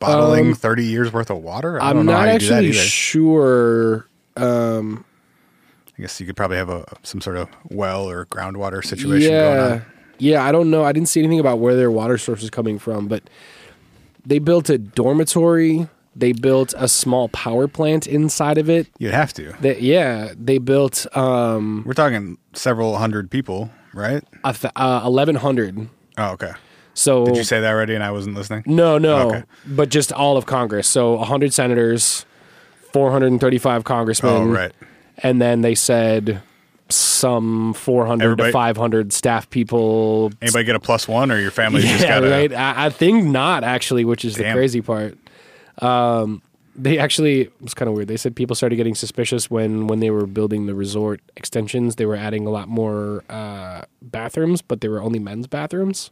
S7: bottling 30 years worth of water?
S6: Um,
S7: I
S6: I'm
S7: don't know
S6: not
S7: how you do that
S6: actually
S7: either.
S6: sure
S7: I guess you could probably have a some sort of well or groundwater situation going on.
S6: Yeah, I don't know. I didn't see anything about where their water source was coming from, but they built a dormitory, They built a small power plant inside of it.
S7: You'd have to.
S6: That yeah, they built um
S7: We're talking several hundred people, right?
S6: a th- uh, 1100.
S7: Oh, okay.
S6: So
S7: Did you say that already and I wasn't listening?
S6: No, no,
S7: Okay.
S6: but just all of Congress. So 100 senators, 435 congressmen.
S7: Oh, right.
S6: And then they said some 400
S7: Everybody-
S6: to 500 staff people.
S7: Anybody get a plus one or your family just
S6: yeah,
S7: got a.
S6: right. I, I think not actually, which is the
S7: Damn.
S6: crazy part. Um, they actually it was kind of weird. They said people started getting suspicious when when they were building the resort extensions. They were adding a lot more uh, bathrooms, but they were only men's bathrooms,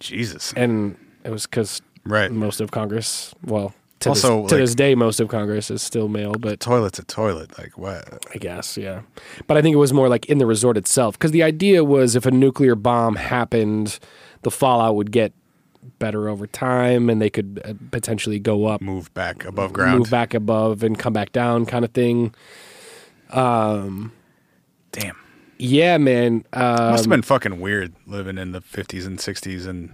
S7: Jesus.
S6: and it was because
S7: Right.
S6: most of Congress, well, to,
S7: Also,
S6: this, to
S7: like-
S6: this day, most of Congress is still male, but
S7: Toilet's a toilet. Like, what?
S6: I guess, yeah. But I think it was more like in the resort itself, because the idea was if a nuclear bomb happened, the fallout would get better over time, and they could uh, potentially go up,
S7: Move back above ground.
S6: move back above, and come back down, kind of thing.
S7: Damn.
S6: Yeah, man, uh,
S7: Must have been fucking weird living in the 50s and 60s and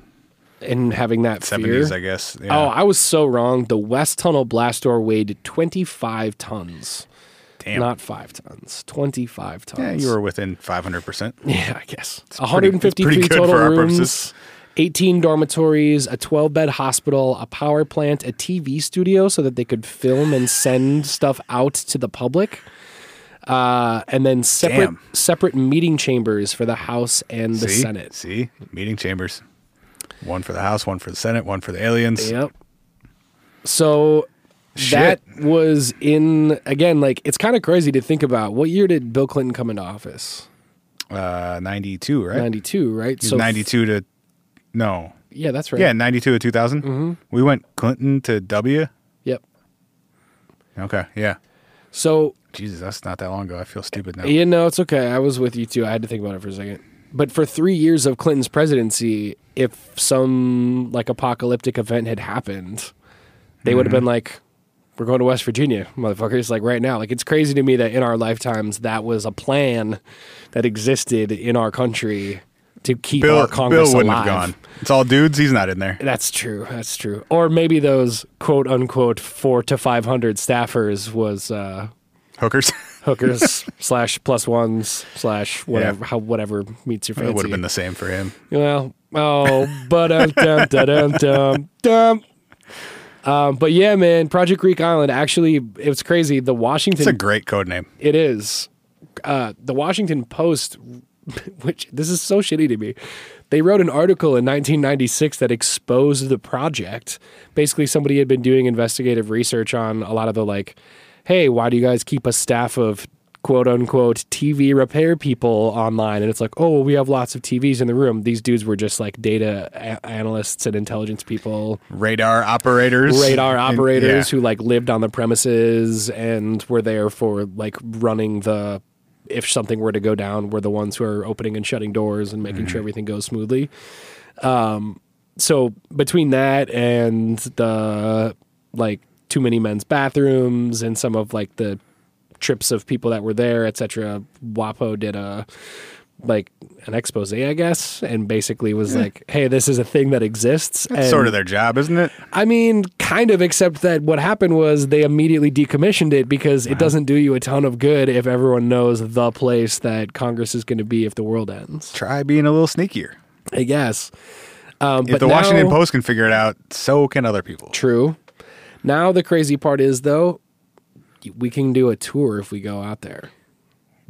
S6: and having that
S7: 70s,
S6: fear.
S7: I guess. Yeah.
S6: Oh, I was so wrong. The West Tunnel blast door weighed 25 tons,
S7: damn.
S6: not five tons. 25 tons.
S7: yeah, you were within 500%.
S6: Yeah, I guess.
S7: pretty- it's
S6: 153
S7: pretty good
S6: total
S7: for our purposes.
S6: rooms, 18 dormitories, a 12 bed hospital, a power plant, a TV studio so that they could film and send stuff out to the public. Uh, and then separate
S7: Damn.
S6: separate meeting chambers for the House and the
S7: See?
S6: Senate.
S7: See? Meeting chambers. One for the House, one for the Senate, one for the aliens.
S6: Yep. So
S7: Shit.
S6: that was in again like it's kind of crazy to think about. What year did Bill Clinton come into office?
S7: Uh, 92, right?
S6: 92, right?
S7: He's 92 to. No.
S6: Yeah, that's right.
S7: Yeah, 92 to 2000. Mm-hmm. We went Clinton to W.
S6: Yep.
S7: Okay. Yeah.
S6: So
S7: Jesus, that's not that long ago. I feel stupid now.
S6: Yeah, no, it's okay. I was with you too. I had to think about it for a second. But for three years of Clinton's presidency, if some like apocalyptic event had happened, they would have
S7: Mm-hmm.
S6: been like, "We're going to West Virginia, motherfuckers!" Like right now, like it's crazy to me that in our lifetimes that was a plan that existed in our country to keep
S7: Bill,
S6: our Congress
S7: Bill wouldn't
S6: alive.
S7: have gone. It's all dudes. He's not in there.
S6: That's true. That's true. Or maybe those quote unquote four to five hundred staffers was uh,
S7: Hookers.
S6: hookers slash plus ones slash whatever how whatever meets your fancy.
S7: it would have been the same for him.
S6: well, oh, but um, dum dum dum dum. Um, but yeah, man, Project Greek Island actually it's crazy. The Washington
S7: It's a great code name.
S6: it is. Uh, the Washington Post, which this is so shitty to me, they wrote an article in 1996 that exposed the project. Basically, somebody had been doing investigative research on a lot of the like, hey, why do you guys keep a staff of quote unquote TV repair people online? And it's like, oh, well, we have lots of TVs in the room. These dudes were just like data a- analysts and intelligence people
S7: Radar operators.
S6: radar
S7: And-
S6: operators
S7: yeah.
S6: who like lived on the premises and were there for like running the if something were to go down were the ones who are opening and shutting doors and
S7: Mm-hmm.
S6: making sure everything goes smoothly um so between that and the like too many men's bathrooms and some of like the trips of people that were there etc wapo did a like an expose i guess and basically was like hey this is a thing that exists
S7: It's
S6: and
S7: sort of their job, isn't it?
S6: I mean, kind of, except that what happened was they immediately decommissioned it because it doesn't do you a ton of good if everyone knows the place that Congress is going to be if the world ends.
S7: Try being a little sneakier.
S6: I guess. Um,
S7: If
S6: but
S7: the Washington
S6: now-
S7: Post can figure it out, so can other people.
S6: True. Now, the crazy part is, though, we can do a tour if we go out there.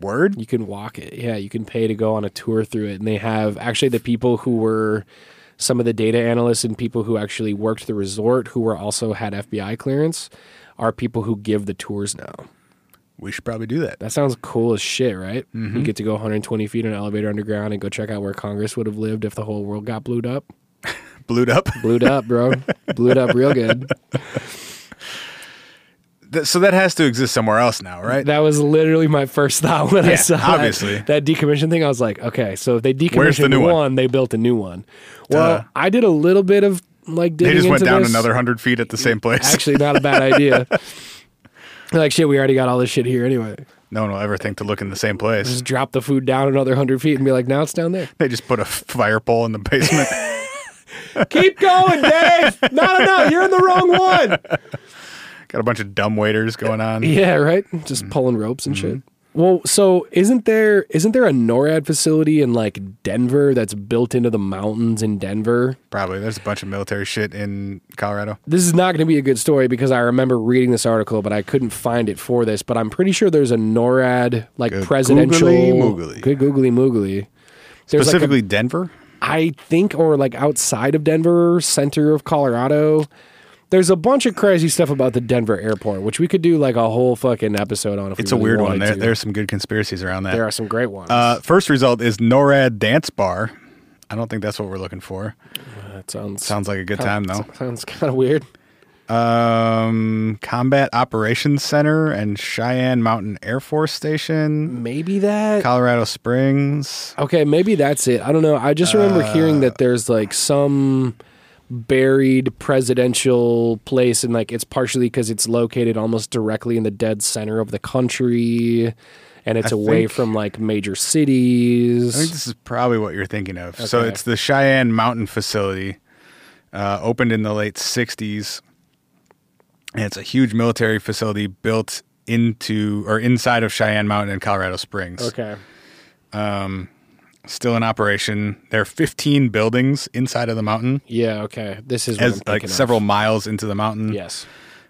S7: Word.
S6: You can walk it. Yeah, you can pay to go on a tour through it. And they have actually the people who were some of the data analysts and people who actually worked the resort who were also had FBI clearance are people who give the tours now.
S7: We should probably do that.
S6: That sounds cool as shit, right? You get to go 120 feet in an elevator underground and go check out where Congress would have lived if the whole world got blued up.
S7: Blued up.
S6: Blued up, bro. blued up real good.
S7: Th- so that has to exist somewhere else now, right?
S6: That was literally my first thought when I
S7: Yeah,
S6: saw that-
S7: obviously.
S6: That, decommission thing. I was like, okay, so if they
S7: Where's the
S6: decommissioned
S7: new
S6: one,
S7: one?
S6: they built a new one. Well,
S7: Duh.
S6: I did a little bit of like digging
S7: they just went
S6: into
S7: down
S6: this.
S7: another hundred feet at the same place.
S6: Actually, not a bad idea. like shit, we already got all this shit here anyway.
S7: no one will ever think to look in the same place.
S6: Just drop the food down another hundred feet and be like, now it's down there.
S7: They just put a fire pole in the basement.
S6: Keep going, Dave. Not enough. You're in the wrong one.
S7: Got a bunch of dumb waiters going on.
S6: Yeah, right. Just pulling ropes and shit. Well, so isn't there isn't there a NORAD facility in like Denver that's built into the mountains in Denver?
S7: Probably. There's a bunch of military shit in Colorado.
S6: This is not going to be a good story because I remember reading this article, but I couldn't find it for this. But I'm pretty sure there's a NORAD like
S7: Good
S6: presidential
S7: googly moogly.
S6: good googly moogly. There's like, a-
S7: Specifically Denver.
S6: I think, or like outside of Denver, center of Colorado. There's a bunch of crazy stuff about the Denver airport, which we could do like a whole fucking episode on. If
S7: It's
S6: we
S7: a
S6: really
S7: weird one.
S6: wanted
S7: There,
S6: to.
S7: there's some good conspiracies around that.
S6: there are some great ones.
S7: Uh, first result is NORAD Dance Bar. I don't think that's what we're looking for.
S6: that sounds
S7: Sounds like a good time,
S6: kinda-
S7: though.
S6: Sounds kind of weird.
S7: Um, Combat Operations Center and Cheyenne Mountain Air Force Station,
S6: Maybe that.
S7: Colorado Springs.
S6: Okay, maybe that's it. I don't know. I just remember hearing
S7: Uh.
S6: that there's like some buried presidential place, and like it's partially because it's located almost directly in the dead center of the country, and it's
S7: I
S6: away
S7: think-
S6: from like major
S7: I think
S6: cities.
S7: this is probably what you're thinking of. So
S6: Okay.
S7: it's the Cheyenne Mountain Facility, uh, opened in the late 60s. And it's a huge military facility built into or inside of Cheyenne Mountain in Colorado Springs.
S6: Okay.
S7: Still in operation. There are 15 buildings inside of the mountain,
S6: Yeah. Okay. This is what I'm
S7: as like
S6: thinking of.
S7: several miles into the mountain.
S6: Yes.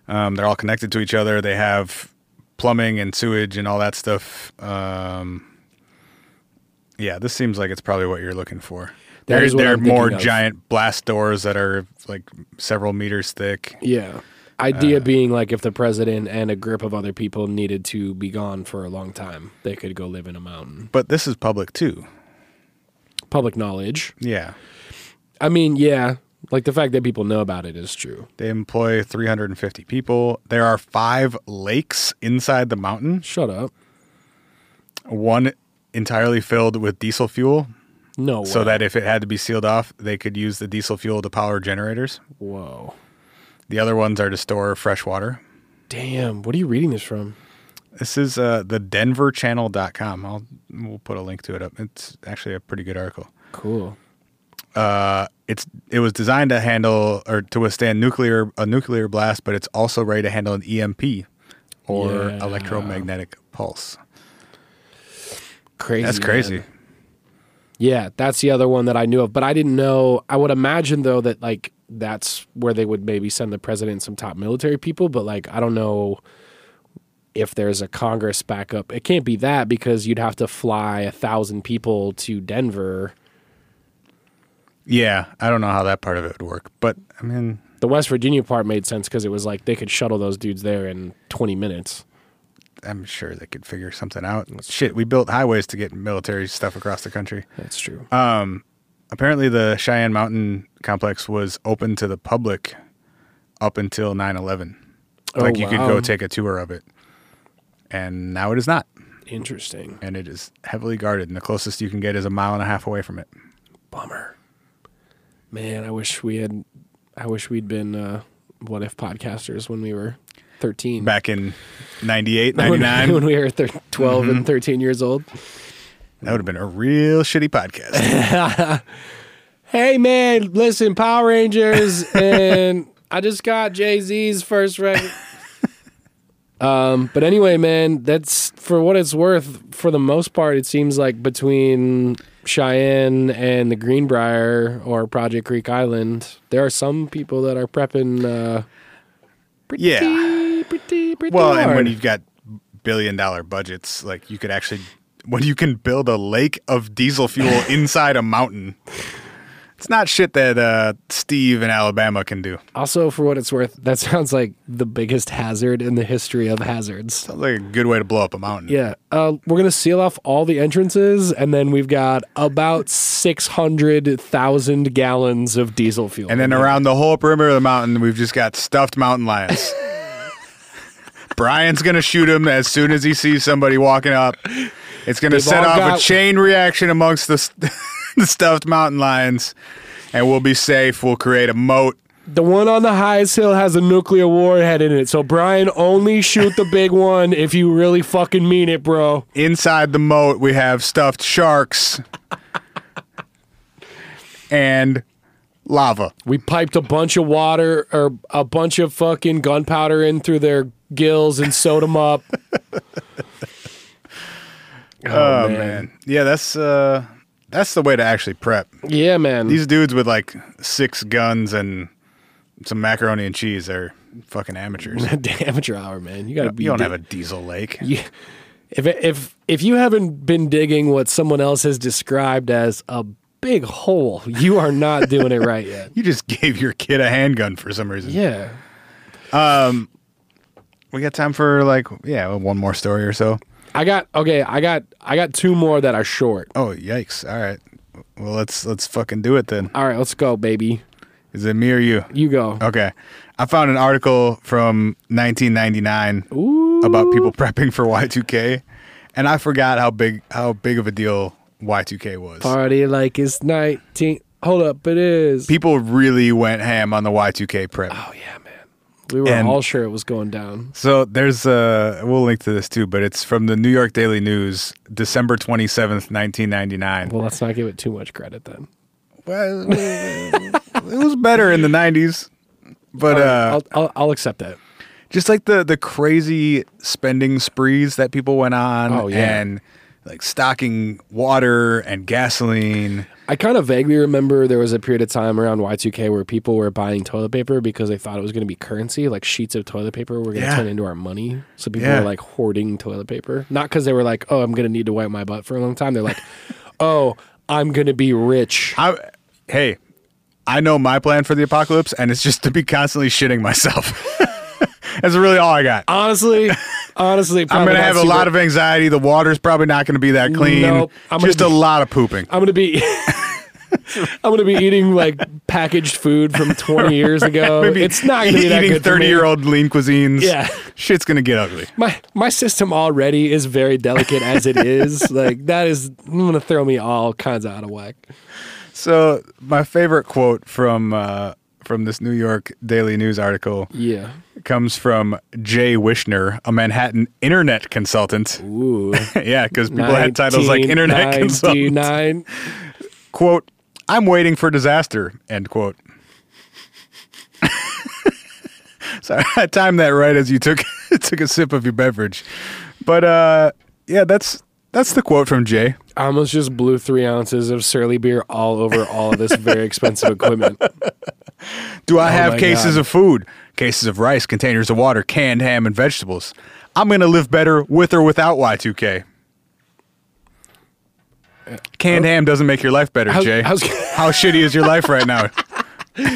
S7: Um, they're all connected to each other. They have plumbing and sewage and all that stuff. Um, yeah, this seems like it's probably what you're looking for.
S6: That
S7: there
S6: is what
S7: there are
S6: I'm thinking
S7: more
S6: of.
S7: giant blast doors that are like several meters thick.
S6: Yeah. Idea
S7: Uh.
S6: being like if the president and a group of other people needed to be gone for a long time, they could go live in a mountain.
S7: But this is public too.
S6: Public knowledge.
S7: Yeah.
S6: I mean, yeah, like the fact that people know about it is true.
S7: They employ 350 people. There are five lakes inside the mountain,
S6: Shut up.
S7: one entirely filled with diesel fuel,
S6: No way.
S7: so that if it had to be sealed off, they could use the diesel fuel to power generators.
S6: Whoa.
S7: The other ones are to store fresh water.
S6: Damn. What are you reading this from?
S7: This is uh, the denverchannel.com. I'll we'll put a link to it up. It's actually a pretty good article. Uh,
S6: Cool.
S7: It's it was designed to handle or to withstand nuclear a nuclear blast, but it's also ready to handle an EMP or
S6: Yeah.
S7: electromagnetic pulse.
S6: Crazy.
S7: That's
S6: man.
S7: crazy.
S6: Yeah, that's the other one that I knew of, but I didn't know. I would imagine though that like that's where they would maybe send the president some top military people, but like I don't know if there's a Congress backup. It can't be that because you'd have to fly a thousand people to Denver.
S7: Yeah, I don't know how that part of it would work, but I mean,
S6: The West Virginia part made sense because it was like they could shuttle those dudes there in 20 minutes.
S7: I'm sure they could figure something out. Shit, we built highways to get military stuff across the country.
S6: That's true.
S7: Apparently, the Cheyenne Mountain complex was open to the public up until 9 11.
S6: Oh,
S7: like, you could
S6: wow.
S7: go take a tour of it. And now it is not.
S6: Interesting.
S7: And it is heavily guarded. And the closest you can get is a mile and a half away from it.
S6: Bummer. Man, I wish we had. I wish we'd been uh, what if podcasters when we were 13.
S7: Back in 98,
S6: when,
S7: 99,
S6: when we were thir- 12 and 13 years old.
S7: that would have been a real shitty podcast.
S6: Hey, man, listen, Power Rangers, and I just got Jay Z's first record. um, but anyway, man, that's for what it's worth. For the most part, it seems like between Cheyenne and the Greenbrier or Project Creek Island, there are some people that are prepping. Uh, pretty,
S7: Yeah.
S6: pretty, pretty
S7: well, and when
S6: hard.
S7: you've got billion dollar budgets, like, you could actually, when you can build a lake of diesel fuel inside a mountain. It's not shit that uh, Steve in Alabama can do.
S6: also, for what it's worth, that sounds like the biggest hazard in the history of hazards.
S7: Sounds like a good way to blow up a mountain.
S6: Yeah, uh, we're gonna seal off all the entrances, and then we've got about six hundred thousand gallons of diesel fuel.
S7: And then around the whole perimeter of the mountain, we've just got stuffed mountain lions. Brian's gonna shoot him as soon as he sees somebody walking up. It's gonna
S6: They've
S7: set
S6: all
S7: off
S6: got-
S7: a chain reaction amongst the, st- the stuffed mountain lions, and we'll be safe. We'll create a moat.
S6: the one on the highest hill has a nuclear warhead in it. So Brian, only shoot the big one if you really fucking mean it, bro.
S7: Inside the moat, we have stuffed sharks and lava.
S6: We piped a bunch of water or a bunch of fucking gunpowder in through their gills and sewed them up.
S7: Oh, man. Yeah, that's uh that's the way to actually prep.
S6: Yeah, man.
S7: These dudes with like six guns and some macaroni and cheese, they're fucking amateurs.
S6: amateur hour, man. You gotta be.
S7: you don't have a diesel lake.
S6: You- if if if you haven't been digging what someone else has described as a big hole, you are not doing it right yet.
S7: You just gave your kid a handgun for some reason.
S6: Yeah.
S7: We got time for like yeah, one more story or so.
S6: I got okay. I got I got two more that are short.
S7: Oh yikes! All right, well let's let's fucking do it then.
S6: All right, let's go, baby.
S7: Is it me or you?
S6: You go.
S7: Okay, I found an article from 1999 about people prepping for Y2K, and I forgot how big how big of a deal Y2K was.
S6: Party like it's nineteen. Hold up, it is.
S7: People really went ham on the Y2K prep.
S6: oh yeah, man. We were
S7: And-
S6: all sure it was going down.
S7: So there's uh we'll link to this too, but it's from the New York Daily News, December 27th, 1999.
S6: Well, let's not give it too much credit then.
S7: Well, it was better in the 90s, but uh,
S6: I'll, I'll I'll accept that.
S7: just like the the crazy spending sprees that people went on
S6: Oh, yeah.
S7: and like stocking water and gasoline
S6: I kind of vaguely remember there was a period of time around Y2K where people were buying toilet paper because they thought it was going to be currency, like sheets of toilet paper were going to
S7: Yeah.
S6: turn into our money. So people
S7: Yeah.
S6: were like hoarding toilet paper, not because they were like, "Oh, I'm going to need to wipe my butt for a long time." They're like, "Oh, I'm going to be rich."
S7: i hey i know my plan for the apocalypse and it's just to be constantly shitting myself that's really all i got
S6: Honestly, honestly,
S7: i'm gonna have a lot of anxiety the water's probably not gonna be that clean
S6: Nope. I'm gonna
S7: just a
S6: be-
S7: lot of pooping
S6: I'm going to be. I'm gonna be eating like packaged food from 20 years ago.
S7: Maybe
S6: Oh, it's not gonna be that
S7: eating
S6: good for me.
S7: year old lean cuisines
S6: Yeah.
S7: shit's gonna get ugly
S6: my my system already is very delicate as it is. like that is gonna throw me all kinds of out of whack.
S7: So my favorite quote from uh, from this New York Daily News article
S6: Yeah.
S7: comes from Jay Wishner, a Manhattan internet consultant.
S6: Ooh.
S7: yeah, because people had titles like internet consultant.
S6: 1999.
S7: Quote: "I'm waiting for disaster." End quote. Sorry, I timed that right as you took took a sip of your beverage, but uh, yeah, that's that's the quote from Jay.
S6: I almost just blew three ounces of surly beer all over all of this very expensive equipment.
S7: Do I have
S6: Oh my
S7: cases
S6: God.
S7: of food, cases of rice, containers of water, canned ham, and vegetables? I'm going to live better with or without Y2K. Canned ham doesn't make your life better,
S6: Uh, oh. How-
S7: Jay.
S6: how's-
S7: How shitty is your life right now?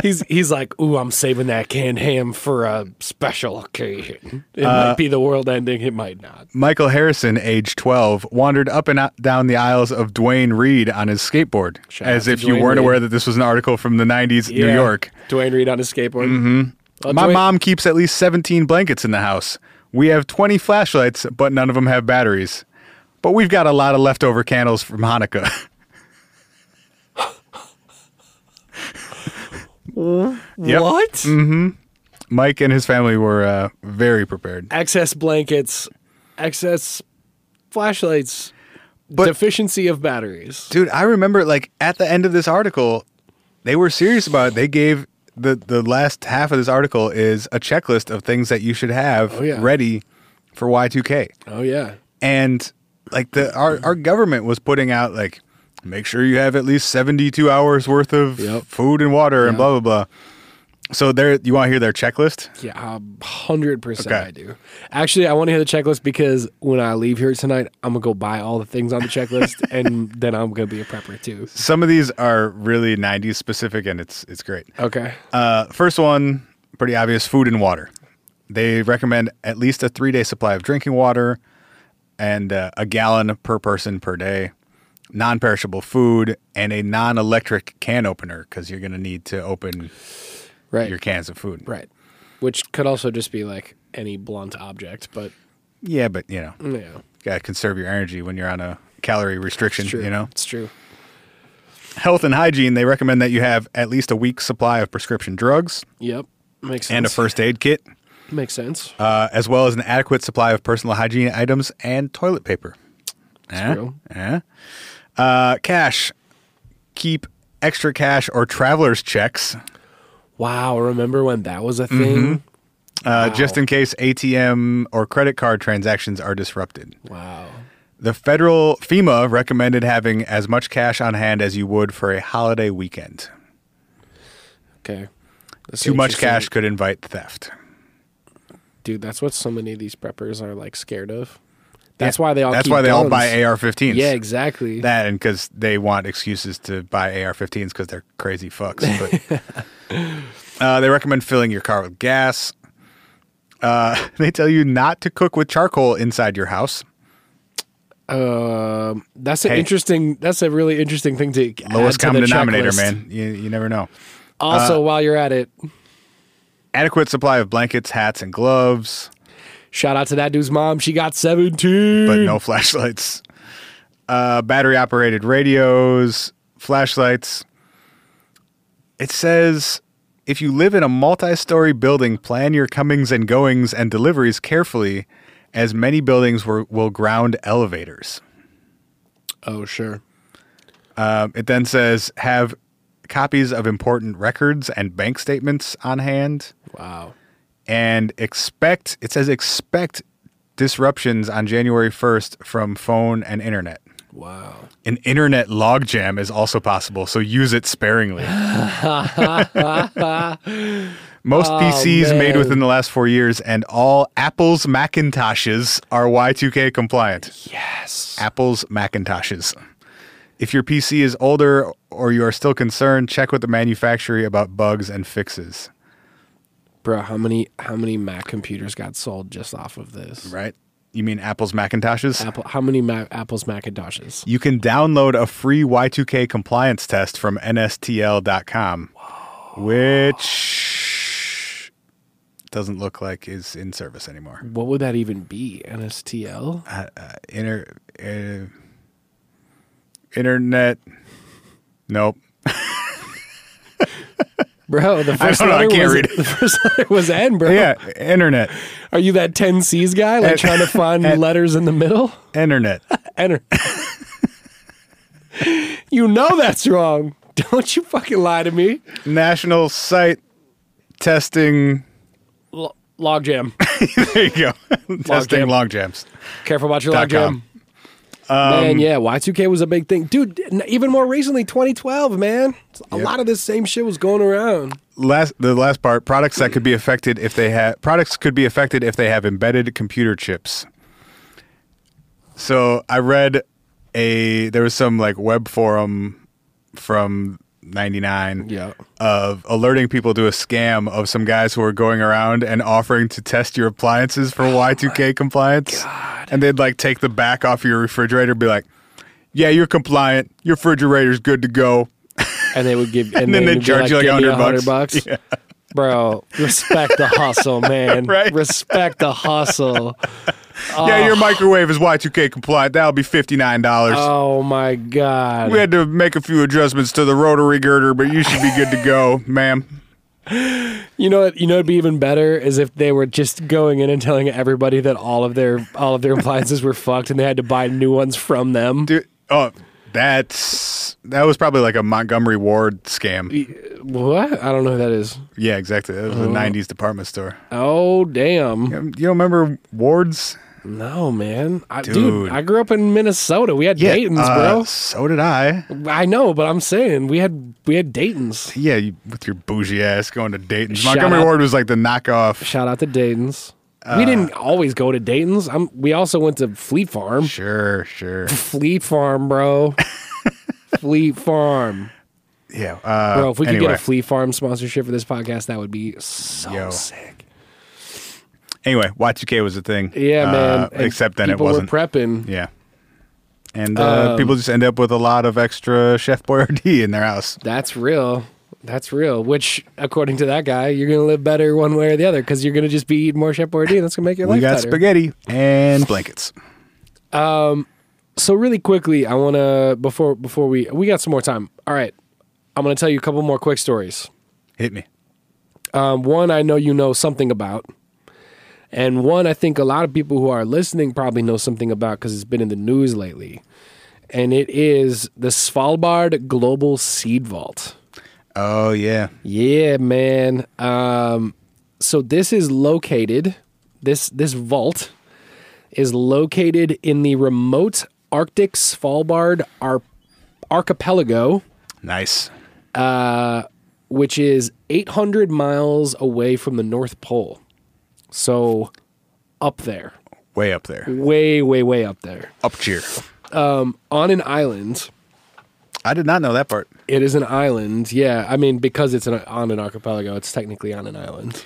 S6: He's he's like, ooh, I'm saving that canned ham for a special occasion. It
S7: Uh,
S6: might be the world ending. It might not.
S7: Michael Harrison, age 12, wandered up and out, down the aisles of Dwayne Reed on his skateboard,
S6: Shout
S7: as
S6: out to
S7: if you
S6: Dwayne
S7: weren't
S6: Reed.
S7: aware that this was an article from the 90s New
S6: Yeah.
S7: York.
S6: Dwayne Reed on his skateboard. Mm-hmm.
S7: My mom keeps at least 17 blankets in the house. We have 20 flashlights, but none of them have batteries. But we've got a lot of leftover candles from Hanukkah. Yep.
S6: What?
S7: Mike and his family were uh, very prepared.
S6: excess blankets, excess flashlights, deficiency of batteries.
S7: Dude, I remember like at the end of this article, they were serious about it. They gave the the last half of this article is a checklist of things that you should have
S6: Oh, yeah.
S7: ready for Y2K.
S6: Oh yeah.
S7: and like the our, our government was putting out like make sure you have at least 72 hours worth of
S6: Yep.
S7: food and water and blah blah blah so there you want to hear their checklist
S6: Yeah, a hundred percent.
S7: Okay.
S6: I do. Actually, I want to hear the checklist because when I leave here tonight, I'm gonna go buy all the things on the checklist, and then I'm gonna be a prepper too.
S7: some of these are really 90s specific and it's it's great
S6: Okay.
S7: uh, first one pretty obvious food and water they recommend at least a three day supply of drinking water and uh, a gallon per person per day non-perishable food and a non-electric can opener because you're going to need to open
S6: Right.
S7: your cans of food
S6: Right. Which could also just be like any blunt object, but
S7: Yeah, but you know,
S6: yeah,
S7: gotta conserve your energy when you're on a calorie restriction.
S6: true.
S7: You know,
S6: it's true.
S7: health and hygiene. They recommend that you have at least a week's supply of prescription drugs
S6: Yep. Makes sense.
S7: and a first aid kit,
S6: Makes sense.
S7: uh, as well as an adequate supply of personal hygiene items and toilet paper. Eh?
S6: real.
S7: Eh? Uh, cash. Keep extra cash or traveler's checks
S6: Wow, remember when that was a thing?
S7: uh, just in case ATM or credit card transactions are disrupted.
S6: Wow.
S7: The federal FEMA recommended having as much cash on hand as you would for a holiday weekend.
S6: Okay. That's
S7: Too much
S6: interesting.
S7: cash could invite theft.
S6: dude. That's what so many of these preppers are like scared of. That's why they all.
S7: That's
S6: keep
S7: why they all
S6: guns.
S7: buy AR-15s.
S6: Yeah, exactly.
S7: That and because they want excuses to buy AR-15s because they're crazy fucks. But uh, they recommend filling your car with gas. Uh, they tell you not to cook with charcoal inside your house.
S6: um, that's an
S7: Hey.
S6: interesting. That's a really interesting thing to
S7: Lowest
S6: add to
S7: common
S6: the
S7: denominator,
S6: checklist.
S7: man. Uh, You, you never know.
S6: Also, while you're at it,
S7: Adequate supply of blankets, hats, and gloves.
S6: shout out to that dude's mom. She got seventeen.
S7: but no flashlights. Uh, battery operated radios, flashlights. It says if you live in a multi story building, plan your comings and goings and deliveries carefully, as many buildings were, will ground elevators.
S6: Oh sure.
S7: Um, it then says have copies of important records and bank statements on hand
S6: Wow.
S7: and expect, it says expect disruptions on January 1st from phone and internet.
S6: Wow.
S7: An internet logjam is also possible, so use it sparingly. Most PCs
S6: Oh,
S7: made
S6: man.
S7: within the last four years and all Apple's Macintoshes are Y2K compliant.
S6: Yes.
S7: Apple's Macintoshes. If your PC is older or you are still concerned, check with the manufacturer about bugs and fixes.
S6: Bro, how many how many Mac computers got sold just off of this?
S7: Right? You mean Apple's Macintoshes?
S6: Apple. How many Ma- Apple's Macintoshes?
S7: You can download a free Y2K compliance test from NSTL.com, which doesn't look like is in service anymore.
S6: What would that even be? NSTL.
S7: Inter, uh, internet. Nope.
S6: Bro, the first
S7: don't know, I
S6: letter
S7: can't
S6: was
S7: read it.
S6: the first letter was N, bro.
S7: Yeah, internet.
S6: Are you that 10 C's guy, like trying to find letters in the middle?
S7: Internet.
S6: Enter. you know that's wrong. Don't you fucking lie to me.
S7: National Site Testing.
S6: L- logjam.
S7: There you go. testing
S6: jam.
S7: long jams.
S6: Careful about your
S7: Dot
S6: logjam. man, yeah, Y2K was a big thing. Dude, n- even more recently, 2012, man. A lot of this same shit was going around.
S7: last the last part products that could be affected if they have products could be affected if they have embedded computer chips so i read a there was some like web forum from 99
S6: Yeah.
S7: of alerting people to a scam of some guys who were going around and offering to test your appliances for y2k compliance and they'd like take the back off your refrigerator and be like yeah you're compliant your refrigerator's good to go
S6: And they would give, and,
S7: then they'd
S6: would be
S7: charge you, like,
S6: "Give me
S7: 100 bucks."
S6: 100 Bro, respect the hustle, man.
S7: Right.
S6: Respect the hustle.
S7: Yeah, your microwave is Y2K compliant. That'll be $59.
S6: Oh my god.
S7: we had to make a few adjustments to the rotary girder, but you should be good to go, ma'am.
S6: You know what? You know, it'd be even better is if they were just going in and telling everybody that all of their all of their appliances were fucked, and they had to buy new ones from them.
S7: Dude, oh, that's that was probably like a Montgomery Ward scam.
S6: What? I don't know who that is.
S7: Yeah, exactly. That was a 90s department store.
S6: Oh damn!
S7: Um, You don't remember Ward's?
S6: No, man, I, dude.
S7: Dude.
S6: I grew up in Minnesota. We had Dayton's,
S7: uh, So did I.
S6: bro. I know, but I'm saying we had we had Dayton's.
S7: Yeah, you, with your bougie ass going to Dayton's.
S6: Shout
S7: Montgomery
S6: out-
S7: Ward was like the knockoff.
S6: Shout out to Dayton's.
S7: Uh,
S6: we didn't always go to Dayton's. i we also went to Fleet Farm.
S7: Sure, sure.
S6: Fleet Farm, bro. Fleet Farm.
S7: Yeah. Uh,
S6: Bro, if we could
S7: anyway.
S6: get a flea farm sponsorship for this podcast, that would be so
S7: Yo.
S6: sick.
S7: Anyway, Y2K was a thing.
S6: Yeah,
S7: Uh,
S6: man. And
S7: Except then it
S6: people
S7: wasn't.
S6: Were prepping.
S7: Yeah. And uh, people just end up with a lot of extra Chef Boyardee in their house.
S6: That's real. That's real. Which, according to that guy, you're gonna live better one way or the other because you're gonna just be eating more Chef Boyardee. and That's gonna make your
S7: We
S6: life
S7: got
S6: better.
S7: spaghetti and blankets.
S6: So really quickly, I wanna before before we we got some more time. All right, I'm gonna tell you a couple more quick stories.
S7: Hit me.
S6: Um, one I know you know something about, and one I think a lot of people who are listening probably know something about because it's been in the news lately. and it is the Svalbard Global Seed Vault.
S7: Oh yeah.
S6: Yeah, man. Um, so this is located. This this vault is located in the remote Arctic Svalbard ar- archipelago,
S7: Nice.
S6: which is 800 miles away from the North Pole. So up there,
S7: Way up there.
S6: way, way, way up there,
S7: Up cheer.
S6: on an island.
S7: I did not know that part.
S6: It is an island. Yeah, I mean because it's an, on an archipelago, it's technically on an island.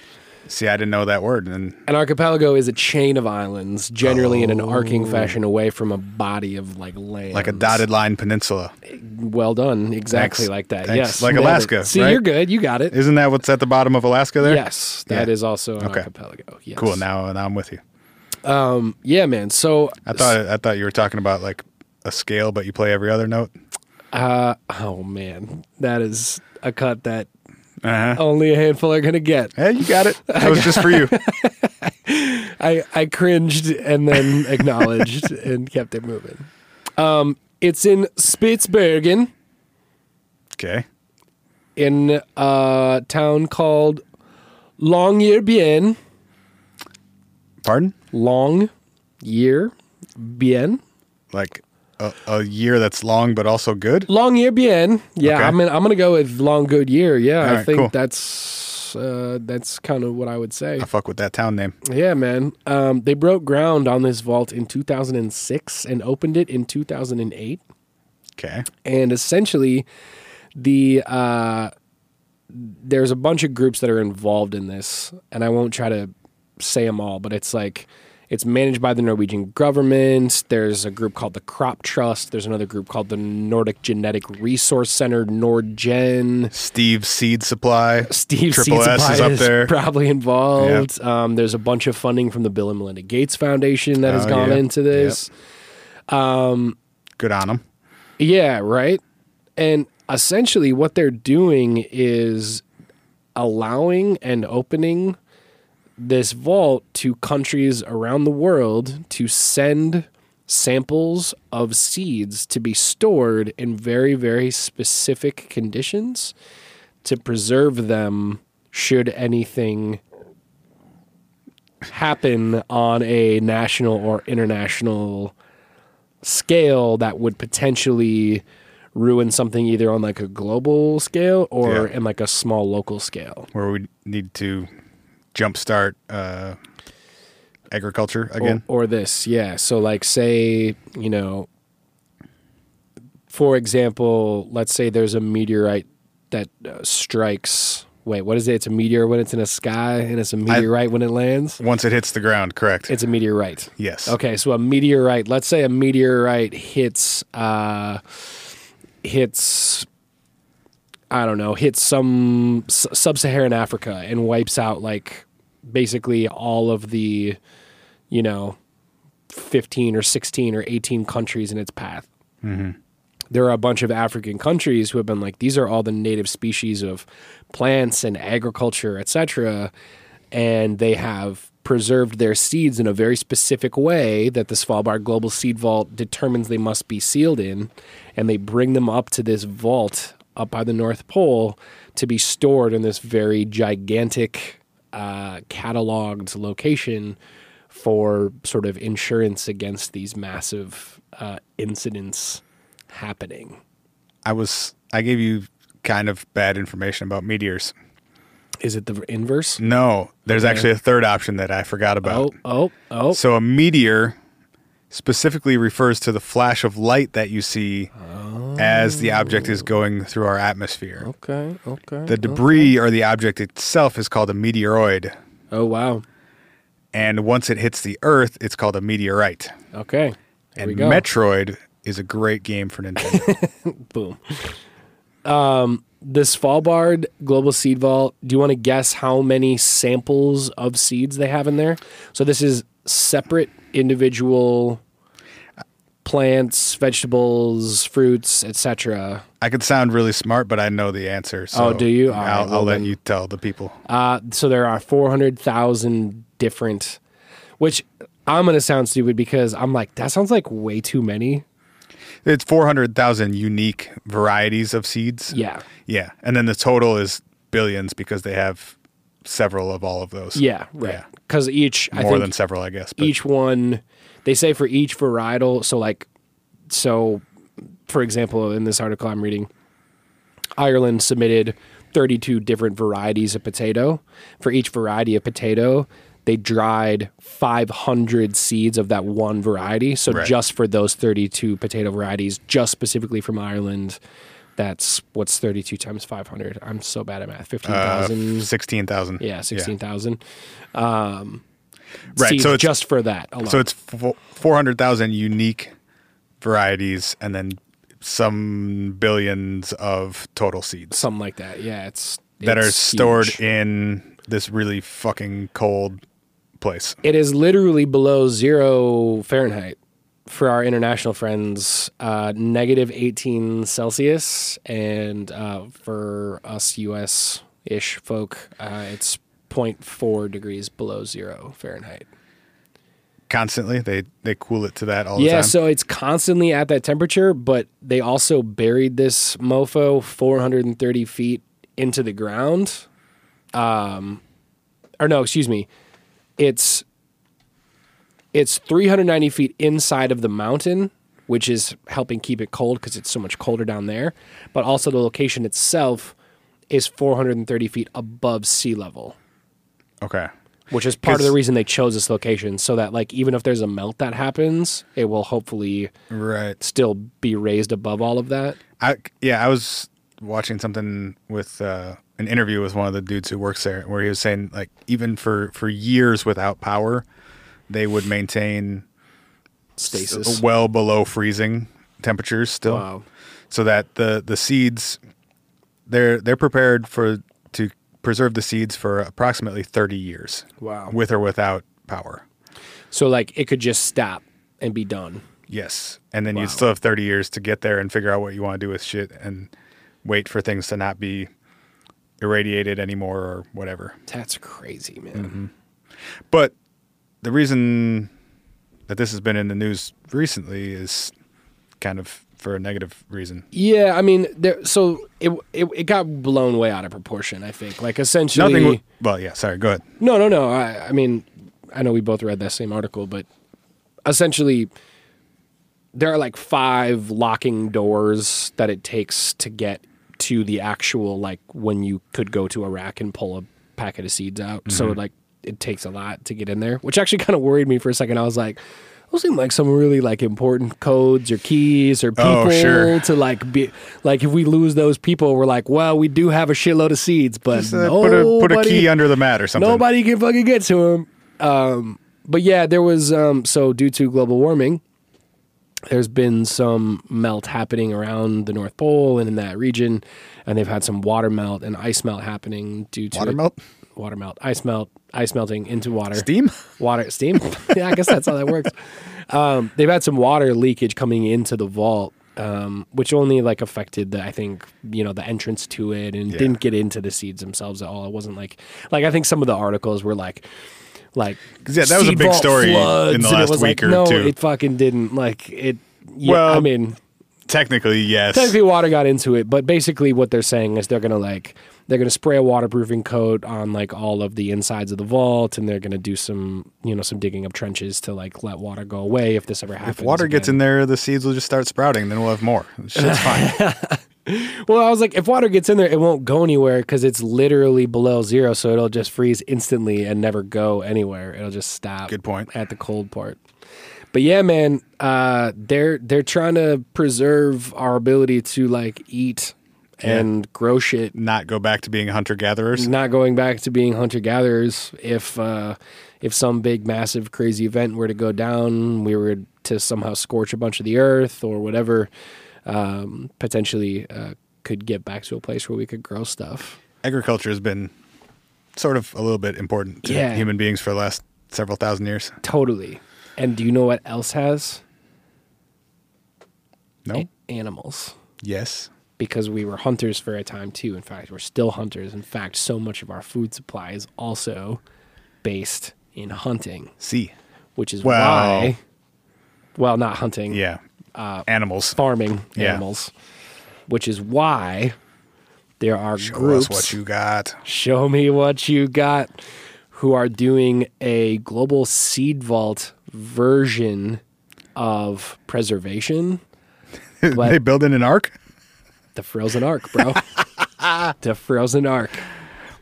S7: See, I didn't know that word. And
S6: An archipelago is a chain of islands, generally in an arcing fashion away from a body of like land.
S7: Oh. like a dotted line peninsula.
S6: Well done. Exactly
S7: Thanks.
S6: like that.
S7: Thanks.
S6: Yes.
S7: Like
S6: nailed it.
S7: Alaska,
S6: See,
S7: right?
S6: you're good. You got it.
S7: Isn't that what's at the bottom of Alaska there?
S6: Yes. that is
S7: Yeah.
S6: also an
S7: Okay.
S6: archipelago. Yes.
S7: Cool. Now, now I'm with you.
S6: Yeah, man. So
S7: I thought I thought you were talking about like a scale, but you play every other note.
S6: Oh man. That is a cut that
S7: Uh huh.
S6: only a handful are gonna get.
S7: Hey, you got it. That was just for you.
S6: I, I cringed and then acknowledged and kept it moving. Um, it's in Spitsbergen.
S7: Okay.
S6: in a town called Longyearbyen.
S7: Pardon?
S6: Long year bien.
S7: Like a, a year that's long, but also good.
S6: Longyearbyen. Yeah,
S7: Okay.
S6: I'm gonna, I'm gonna go with long good year. Yeah, I
S7: right,
S6: think
S7: cool.
S6: that's uh, that's kind of what I would say.
S7: I fuck with that town name.
S6: Yeah, man. Um, they broke ground on this vault in 2006 and opened it in 2008.
S7: Okay.
S6: and essentially the uh, there's a bunch of groups that are involved in this and i won't try to say them all but it's like it's managed by the norwegian government there's a group called the crop trust there's another group called the nordic genetic resource center nordgen
S7: Steve Seed Supply.
S6: Steve
S7: Triple
S6: C.
S7: S is
S6: Supply
S7: up there.
S6: probably involved. Um, there's a bunch of funding from the Bill and Melinda Gates Foundation that has
S7: Oh,
S6: gone
S7: yeah.
S6: into this.
S7: Good on them.
S6: Yeah, right. And essentially, what they're doing is allowing and opening this vault to countries around the world to send samples of seeds to be stored in very, very specific conditions to preserve them should anything happen on a national or international scale that would potentially ruin something either on like a global scale or
S7: Yeah.
S6: in like a small local scale.
S7: Where we need to jumpstart uh, agriculture
S6: Oh.
S7: again.
S6: Or, or this, yeah. So, like, say, you know, for example, let's say there's a meteorite that uh, strikes. Wait, what is it? It's a meteor when it's in a sky, and it's a meteorite when it lands.
S7: Once it hits the ground, correct.
S6: It's a meteorite.
S7: Yes.
S6: Okay, so a meteorite. Let's say a meteorite hits, uh, hits, I don't know, hits some s- sub-Saharan Africa and wipes out like basically all of the, you know, fifteen or sixteen or eighteen countries in its path. There are a bunch of African countries who have been like, these are all the native species of plants and agriculture, etc and they have preserved their seeds in a very specific way that the Svalbard Global Seed Vault determines they must be sealed in, and they bring them up to this vault up by the North Pole to be stored in this very gigantic, uh, cataloged location for sort of insurance against these massive uh, incidents happening.
S7: I was I gave you kind of bad information about meteors.
S6: Is it the inverse?
S7: No, there's actually a third option that I forgot
S6: Oh,
S7: about.
S6: oh, oh.
S7: So a meteor specifically refers to the flash of light that you see as the object is going through our atmosphere.
S6: Oh. okay, okay.
S7: The debris or the object itself is called a meteoroid,
S6: oh, wow.
S7: and once it hits the earth, it's called a meteorite.
S6: Okay. There we
S7: and
S6: go.
S7: Metroid is a great game for Nintendo.
S6: Boom. Um, the Svalbard Global Seed Vault. Do you want to guess how many samples of seeds they have in there? So this is separate individual plants, vegetables, fruits, etc.
S7: I could sound really smart, but I know the answer. So
S6: Oh, do you? All
S7: I'll,
S6: right, well
S7: I'll let
S6: then.
S7: you tell the people.
S6: Uh, so there are 400,000 different, which I'm going to sound stupid because I'm like, that sounds like way too many.
S7: it's 400,000 unique varieties of seeds.
S6: Yeah.
S7: Yeah. And then the total is billions because they have several of all of those.
S6: Yeah, right. Because each, I
S7: More
S6: think,
S7: than several, I guess. But
S6: each one, they say for each varietal. So, like, so for example, in this article I'm reading, Ireland submitted 32 different varieties of potato. For each variety of potato, they dried 500 seeds of that one variety. So,
S7: Right.
S6: just for those 32 potato varieties, just specifically from Ireland. That's what's 32 times 500. I'm so bad at
S7: Uh,
S6: math. 15,000.
S7: 16,000.
S6: Yeah, sixteen thousand. Um,
S7: Right,
S6: seeds
S7: so it's-
S6: just for that alone.
S7: So it's fo- 400,000 unique varieties and then some billions of total seeds
S6: something like that. Yeah, it's
S7: that are
S6: it's
S7: stored
S6: huge.
S7: in this really fucking cold place.
S6: It is literally below zero Fahrenheit for our international friends. Uh, negative eighteen Celsius, and uh, for us U.S. ish folk, uh, it's 0.4 degrees below zero Fahrenheit.
S7: Constantly they they cool it to that all
S6: yeah,
S7: the time.
S6: so it's constantly at that temperature, but they also buried this mofo 430 feet into the ground. Um, or no, excuse me, it's it's 390 feet inside of the mountain, which is helping keep it cold because it's so much colder down there. But also the location itself is 430 feet above sea level
S7: okay.
S6: which is part of the
S7: 'Cause-
S6: reason they chose this location so that like even if there's a melt that happens it will hopefully
S7: Right.
S6: still be raised above all of that
S7: I yeah, I was watching something with uh, an interview with one of the dudes who works there, where he was saying like even for for years without power, they would maintain
S6: stasis
S7: well below freezing temperatures still,
S6: wow
S7: so that the the seeds they're they're prepared for to preserve the seeds for approximately thirty years.
S6: Wow.
S7: with or without power.
S6: so like it could just stop and be done
S7: Yes. And then you'd still have 30 years to get there and figure out what you want to do with shit and wait for things to not be irradiated anymore or whatever.
S6: that's crazy man
S7: Mm-hmm. But the reason that this has been in the news recently is kind of for a negative reason.
S6: yeah i mean there so it, it it got blown way out of proportion i think like essentially
S7: Nothing. w- Well, yeah, sorry. Go ahead.
S6: No, no, no. I, I mean, I know we both read that same article, but essentially, there are like five locking doors that it takes to get to the actual like when you could go to a rack and pull a packet of seeds out. So
S7: Mm-hmm.
S6: like it takes a lot to get in there, which actually kind of worried me for a second. I was like. Those seem like some really like important codes or keys or people
S7: Oh, sure.
S6: to like be like if we lose those people we're like well we do have a shitload of seeds but
S7: Just, uh, put, a, put a
S6: nobody-
S7: key under the mat or something.
S6: Nobody can fucking get to him. Um, but yeah, there was um, so due to global warming, there's been some melt happening around the North Pole and in that region, and they've had some water melt and ice melt happening due to
S7: Water melt?
S6: water melt, ice melt, ice melting into water,
S7: Steam?
S6: water, steam. yeah, I guess that's how that works. Um, they've had some water leakage coming into the vault. Um, which only like affected the I think you know the entrance to it and
S7: Yeah.
S6: didn't get into the seeds themselves at all. It wasn't like like I think some of the articles were like like
S7: 'Cause, yeah, that was a
S6: seed
S7: big
S6: vault
S7: story in the
S6: floods, and it
S7: last
S6: was like,
S7: week or
S6: no,
S7: two.
S6: It fucking didn't like it. Yeah, I
S7: Well,
S6: mean
S7: Technically, yes.
S6: technically water got into it, but basically what they're saying is they're gonna like they're gonna spray a waterproofing coat on like all of the insides of the vault, and they're gonna do some you know some digging up trenches to like let water go away if this ever happens.
S7: if water gets in there, the seeds will just start sprouting. Then we'll have more. Shit's fine.
S6: well, I was like, if water gets in there, it won't go anywhere because it's literally below zero, so it'll just freeze instantly and never go anywhere. It'll just stop.
S7: Good point.
S6: At the cold part. But yeah, man, uh, they're they're trying to preserve our ability to like eat and grow shit
S7: Not go back to being hunter gatherers.
S6: not going back to being hunter gatherers if uh, if some big massive crazy event were to go down we were to somehow scorch a bunch of the earth or whatever um, potentially uh, could get back to a place where we could grow stuff
S7: agriculture has been sort of a little bit important to
S6: Yeah.
S7: human beings for the last several thousand years.
S6: totally and do you know what else has
S7: No?
S6: animals
S7: yes.
S6: because we were hunters for a time too in fact we're still hunters in fact so much of our food supply is also based in hunting
S7: See.
S6: which is
S7: Well-
S6: why well not hunting
S7: Yeah.
S6: Uh,
S7: animals.
S6: farming
S7: Yeah.
S6: animals, which is why there are
S7: Show
S6: groups.
S7: us what you got.
S6: show me what you got. Who are doing a global seed vault version of preservation?
S7: they building an ark?
S6: The frozen ark, bro. the frozen ark.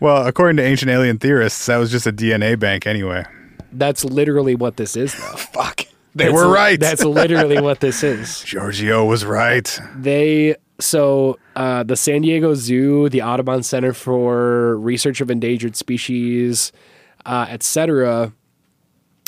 S7: Well, according to ancient alien theorists, that was just a DNA bank anyway.
S6: That's literally what this is, though.
S7: Fuck. They
S6: That's
S7: were
S6: li-
S7: right.
S6: That's literally what this is.
S7: Giorgio was right.
S6: They so uh, the San Diego Zoo, the Audubon Center for Research of Endangered Species, uh, etc.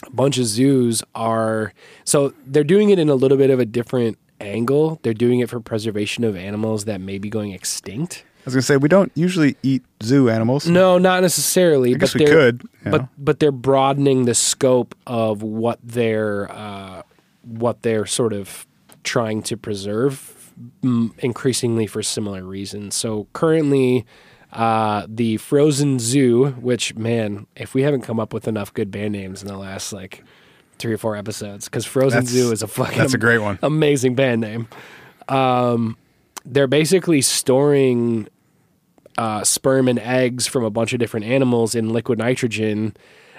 S6: A bunch of zoos are so they're doing it in a little bit of a different angle. They're doing it for preservation of animals that may be going extinct.
S7: I was gonna say we don't usually eat zoo animals.
S6: No, not necessarily.
S7: guess
S6: but
S7: we
S6: they're-
S7: could, you
S6: But
S7: know.
S6: but they're broadening the scope of what they're uh, what they're sort of trying to preserve, m- increasingly for similar reasons. So currently. Uh, the Frozen Zoo, which man, if we haven't come up with enough good band names in the last like three or four episodes, because Frozen
S7: That's-
S6: Zoo is a fucking
S7: that's a great one.
S6: amazing band name. Um, they're basically storing uh, sperm and eggs from a bunch of different animals in liquid nitrogen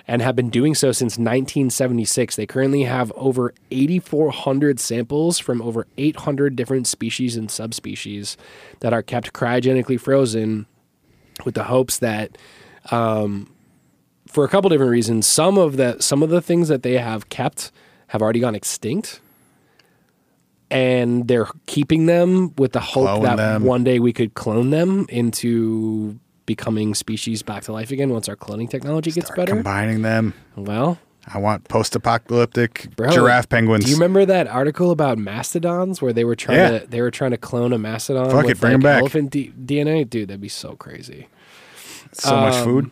S6: and have been doing so since 1976. They currently have over 8,400 samples from over 800 different species and subspecies that are kept cryogenically frozen with the hopes that um, for a couple different reasons some of the some of the things that they have kept have already gone extinct and they're keeping them with the hope
S7: Clone
S6: that
S7: them.
S6: one day we could clone them into becoming species back to life again once our cloning technology gets better
S7: Combining them.
S6: well
S7: I want post-apocalyptic
S6: bro,
S7: giraffe penguins.
S6: do you remember that article about mastodons where they were trying
S7: Yeah.
S6: to they were trying to clone a mastodon
S7: Fuck it,
S6: with
S7: bring 'em
S6: like,
S7: back.
S6: elephant D- dna dude that'd be so crazy
S7: so
S6: um,
S7: much food?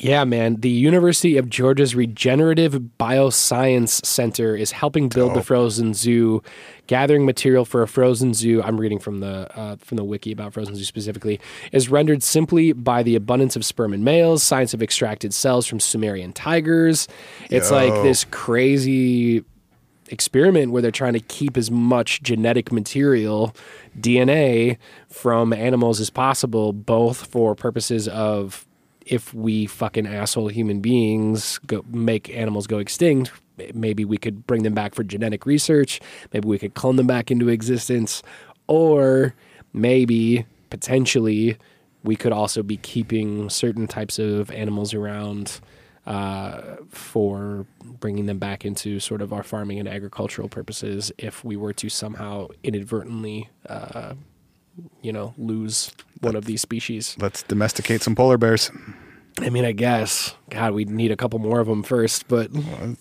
S6: Yeah, man. The University of Georgia's Regenerative Bioscience Center is helping build the Frozen Zoo, gathering material for a Frozen Zoo. I'm reading from the uh, from the wiki about Frozen Zoo specifically. Is rendered simply by the abundance of sperm and males, science of extracted cells from Sumerian tigers. It's like
S7: Yo.
S6: this crazy experiment where they're trying to keep as much genetic material, DNA, from animals as possible, both for purposes of if we fucking asshole human beings go, make animals go extinct, maybe we could bring them back for genetic research, maybe we could clone them back into existence, or maybe potentially we could also be keeping certain types of animals around uh, for bringing them back into sort of our farming and agricultural purposes if we were to somehow inadvertently, uh, you know, lose one of these species.
S7: Let's domesticate some polar bears.
S6: I mean, I guess, God, we'd need a couple more of them first, but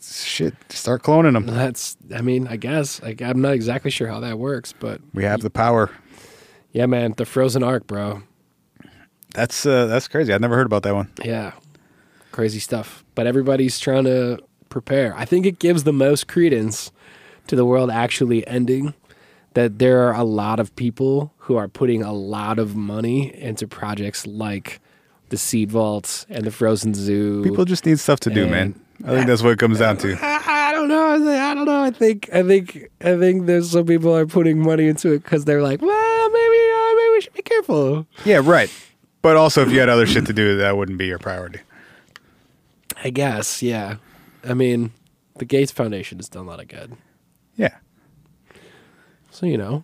S7: Shit, start cloning them.
S6: that's, I mean, I guess, like, I'm not exactly sure how that works, but
S7: We have the power.
S6: yeah, man, the frozen arc, bro.
S7: That's uh, that's crazy. I've never heard about that one.
S6: Yeah. Crazy stuff. But everybody's trying to prepare. I think it gives the most credence to the world actually ending that there are a lot of people who are putting a lot of money into projects like the seed vaults and the frozen zoo.
S7: People just need stuff to do,
S6: And-
S7: man. I think that's what it comes down to.
S6: I, I don't know. I think- I don't know. I think I think I think there's some people are putting money into it because they're like, well, maybe uh, maybe we should be careful.
S7: Yeah, right. But also, if you had other shit to do, that wouldn't be your priority.
S6: I guess. Yeah. I mean, the Gates Foundation has done a lot of good.
S7: Yeah.
S6: So you know,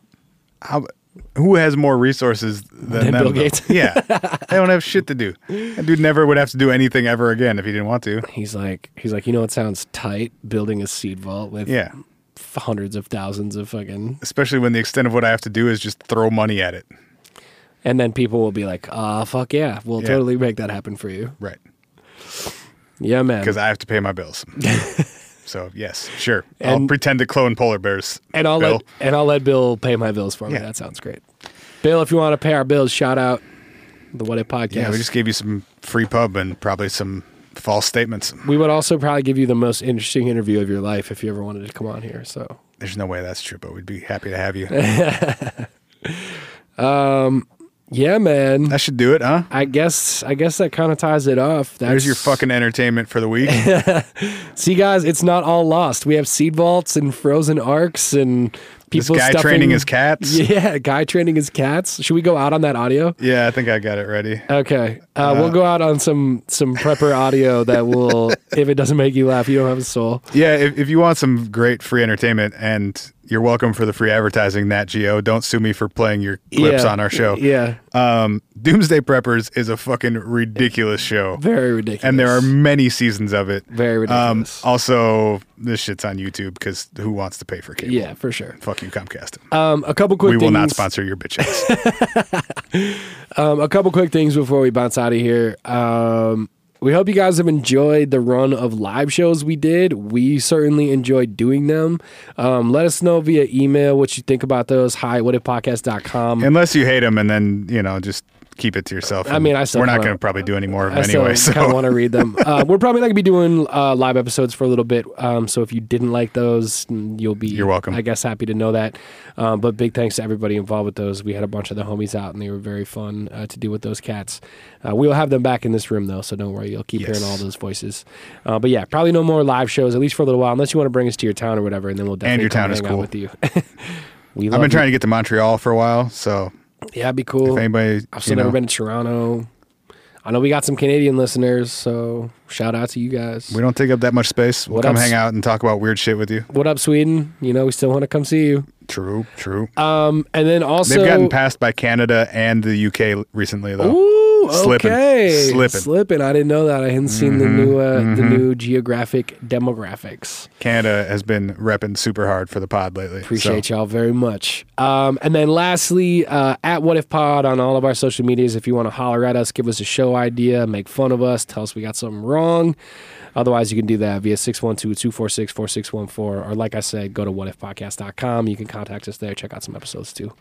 S7: How, who has more resources than,
S6: Than
S7: them,
S6: Bill
S7: though?
S6: Gates.
S7: yeah. They don't have shit to do. That dude never would have to do anything ever again if he didn't want to.
S6: he's like, he's like, you know, it sounds tight building a seed vault with
S7: Yeah.
S6: f- hundreds of thousands of fucking,
S7: Especially when the extent of what I have to do is just throw money at it.
S6: and then people will be like, ah, fuck yeah, we'll
S7: Yeah.
S6: totally make that happen for you.
S7: Right.
S6: Yeah, man.
S7: Because I have to pay my bills. so, yes, sure. I'll
S6: And-
S7: pretend to clone polar bears.
S6: and I'll
S7: Bill.
S6: let and I'll let Bill pay my bills for me.
S7: Yeah.
S6: That sounds great. Bill, if you want to pay our bills, shout out the What It podcast.
S7: Yeah, we just gave you some free pub and probably some false statements.
S6: We would also probably give you the most interesting interview of your life if you ever wanted to come on here. So
S7: There's no way that's true, but we'd be happy to have you.
S6: Yeah, man.
S7: That should do it, huh?
S6: I guess I guess that kind of ties it off. That's,
S7: There's your fucking entertainment for the week.
S6: See, guys, it's not all lost. We have seed vaults and frozen arcs and
S7: this
S6: people
S7: guy
S6: stuffing-
S7: training his cats. Yeah.
S6: Yeah, guy training his cats. Should we go out on that audio?
S7: I think I got it ready.
S6: Okay, uh, we'll go out on some some prepper audio that will, if it doesn't make you laugh, you don't have a soul.
S7: Yeah, if, if you want some great free entertainment, and you're welcome for the free advertising, Nat Geo. Don't sue me for playing your clips
S6: Yeah.
S7: on our show.
S6: Yeah,
S7: Um, Doomsday Preppers is a fucking ridiculous show.
S6: very ridiculous.
S7: and there are many seasons of it. Um,
S6: Very ridiculous.
S7: also, this shit's on YouTube because who wants to pay for cable?
S6: yeah, for sure.
S7: Fuck you, Comcast.
S6: Um, a couple quick.
S7: we will not
S6: things-
S7: sponsor your bitches.
S6: Um, a couple quick things before we bounce out of here. Um, we hope you guys have enjoyed the run of live shows we did. We certainly enjoyed doing them. Um, let us know via email what you think about those. Hi, whatifpodcast.com.
S7: Unless you hate them, and then you know just keep it to yourself.
S6: I mean, I still
S7: we're not
S6: wanna-
S7: going to probably do any more of
S6: I
S7: them anyway.
S6: still
S7: So
S6: kind of want to read them. Uh, we're probably not going to be doing uh, live episodes for a little bit. Um, so if you didn't like those, mm, you'll be
S7: You're welcome.
S6: I guess happy to know that. Um, but big thanks to everybody involved with those. We had a bunch of the homies out, and they were very fun uh, to deal with those cats. Uh, we'll have them back in this room though, so don't worry. You'll keep hearing
S7: Yes.
S6: all those voices. Uh, but yeah, probably no more live shows at least for a little while, unless you want to bring us to your town or whatever, and then we'll definitely
S7: your
S6: come
S7: town is
S6: hang out
S7: cool.
S6: with you. we love
S7: I've been
S6: you.
S7: trying to get to Montreal for a while. So
S6: Yeah, it'd be cool.
S7: if anybody,
S6: I've
S7: you
S6: still
S7: know,
S6: never been to Toronto. I know we got some Canadian listeners, so shout out to you guys.
S7: we don't take up that much space. We'll
S6: What
S7: come
S6: else?
S7: hang out and talk about weird shit with you.
S6: What up, Sweden? You know, we still want to come see you.
S7: True, true.
S6: Um, and then also,
S7: They've gotten passed by Canada and the UK recently, though.
S6: Ooh,
S7: Slipping.
S6: okay,
S7: Slipping.
S6: slipping. I didn't know that. I hadn't seen
S7: Mm-hmm.
S6: the new, uh, the new geographic demographics.
S7: Canada has been repping super hard for the pod lately.
S6: Appreciate y'all very much. Um, and then lastly, uh, at What If Pod on all of our social medias. If you want to holler at us, give us a show idea, make fun of us, tell us we got something wrong. Otherwise, you can do that via 612-246-4614. Or like I said, go to whatifpodcast.com. You can contact us there. Check out some episodes too.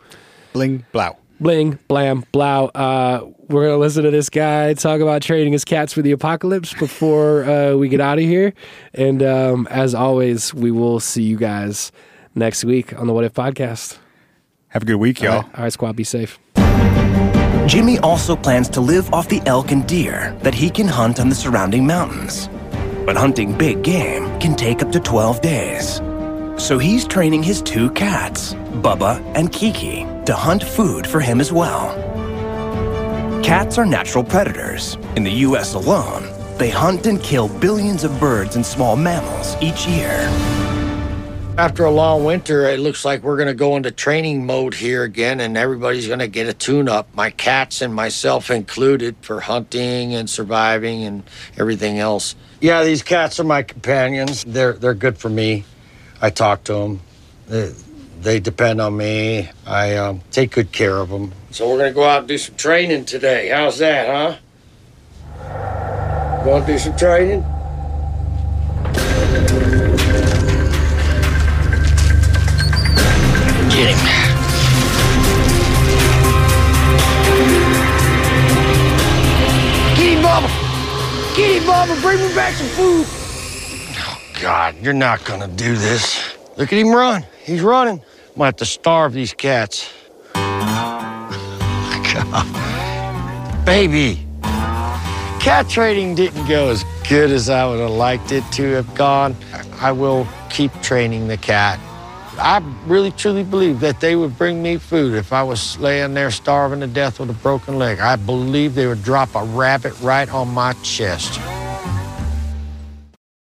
S7: Bling, blow.
S6: Bling, blam, blow. Uh, we're going to listen to this guy talk about trading his cats for the apocalypse before uh, we get out of here. And um, as always, we will see you guys next week on the What If Podcast.
S7: Have a good week, y'all.
S6: All right, squad, be safe.
S3: Jimmy also plans to live off the elk and deer that he can hunt on the surrounding mountains. But hunting big game can take up to 12 days. So he's training his two cats, Bubba and Kiki, to hunt food for him as well. Cats are natural predators. In the US alone, they hunt and kill billions of birds and small mammals each year.
S8: After a long winter, it looks like we're going to go into training mode here again, and everybody's going to get a tune up, my cats and myself included, for hunting and surviving and everything else. Yeah, these cats are my companions. They're, they're good for me. I talk to them, they, they depend on me. I um, take good care of them. So, we're going to go out and do some training today. How's that, huh? Want to do some training? Get him. Get him, Bubba! Get him, Bubba! Bring me back some food! Oh, God, you're not gonna do this. Look at him run. He's running. I'm gonna have to starve these cats. God. Baby! Cat trading didn't go as good as I would have liked it to have gone. I- I will keep training the cat. I really truly believe that they would bring me food if I was laying there starving to death with a broken leg. I believe they would drop a rabbit right on my chest.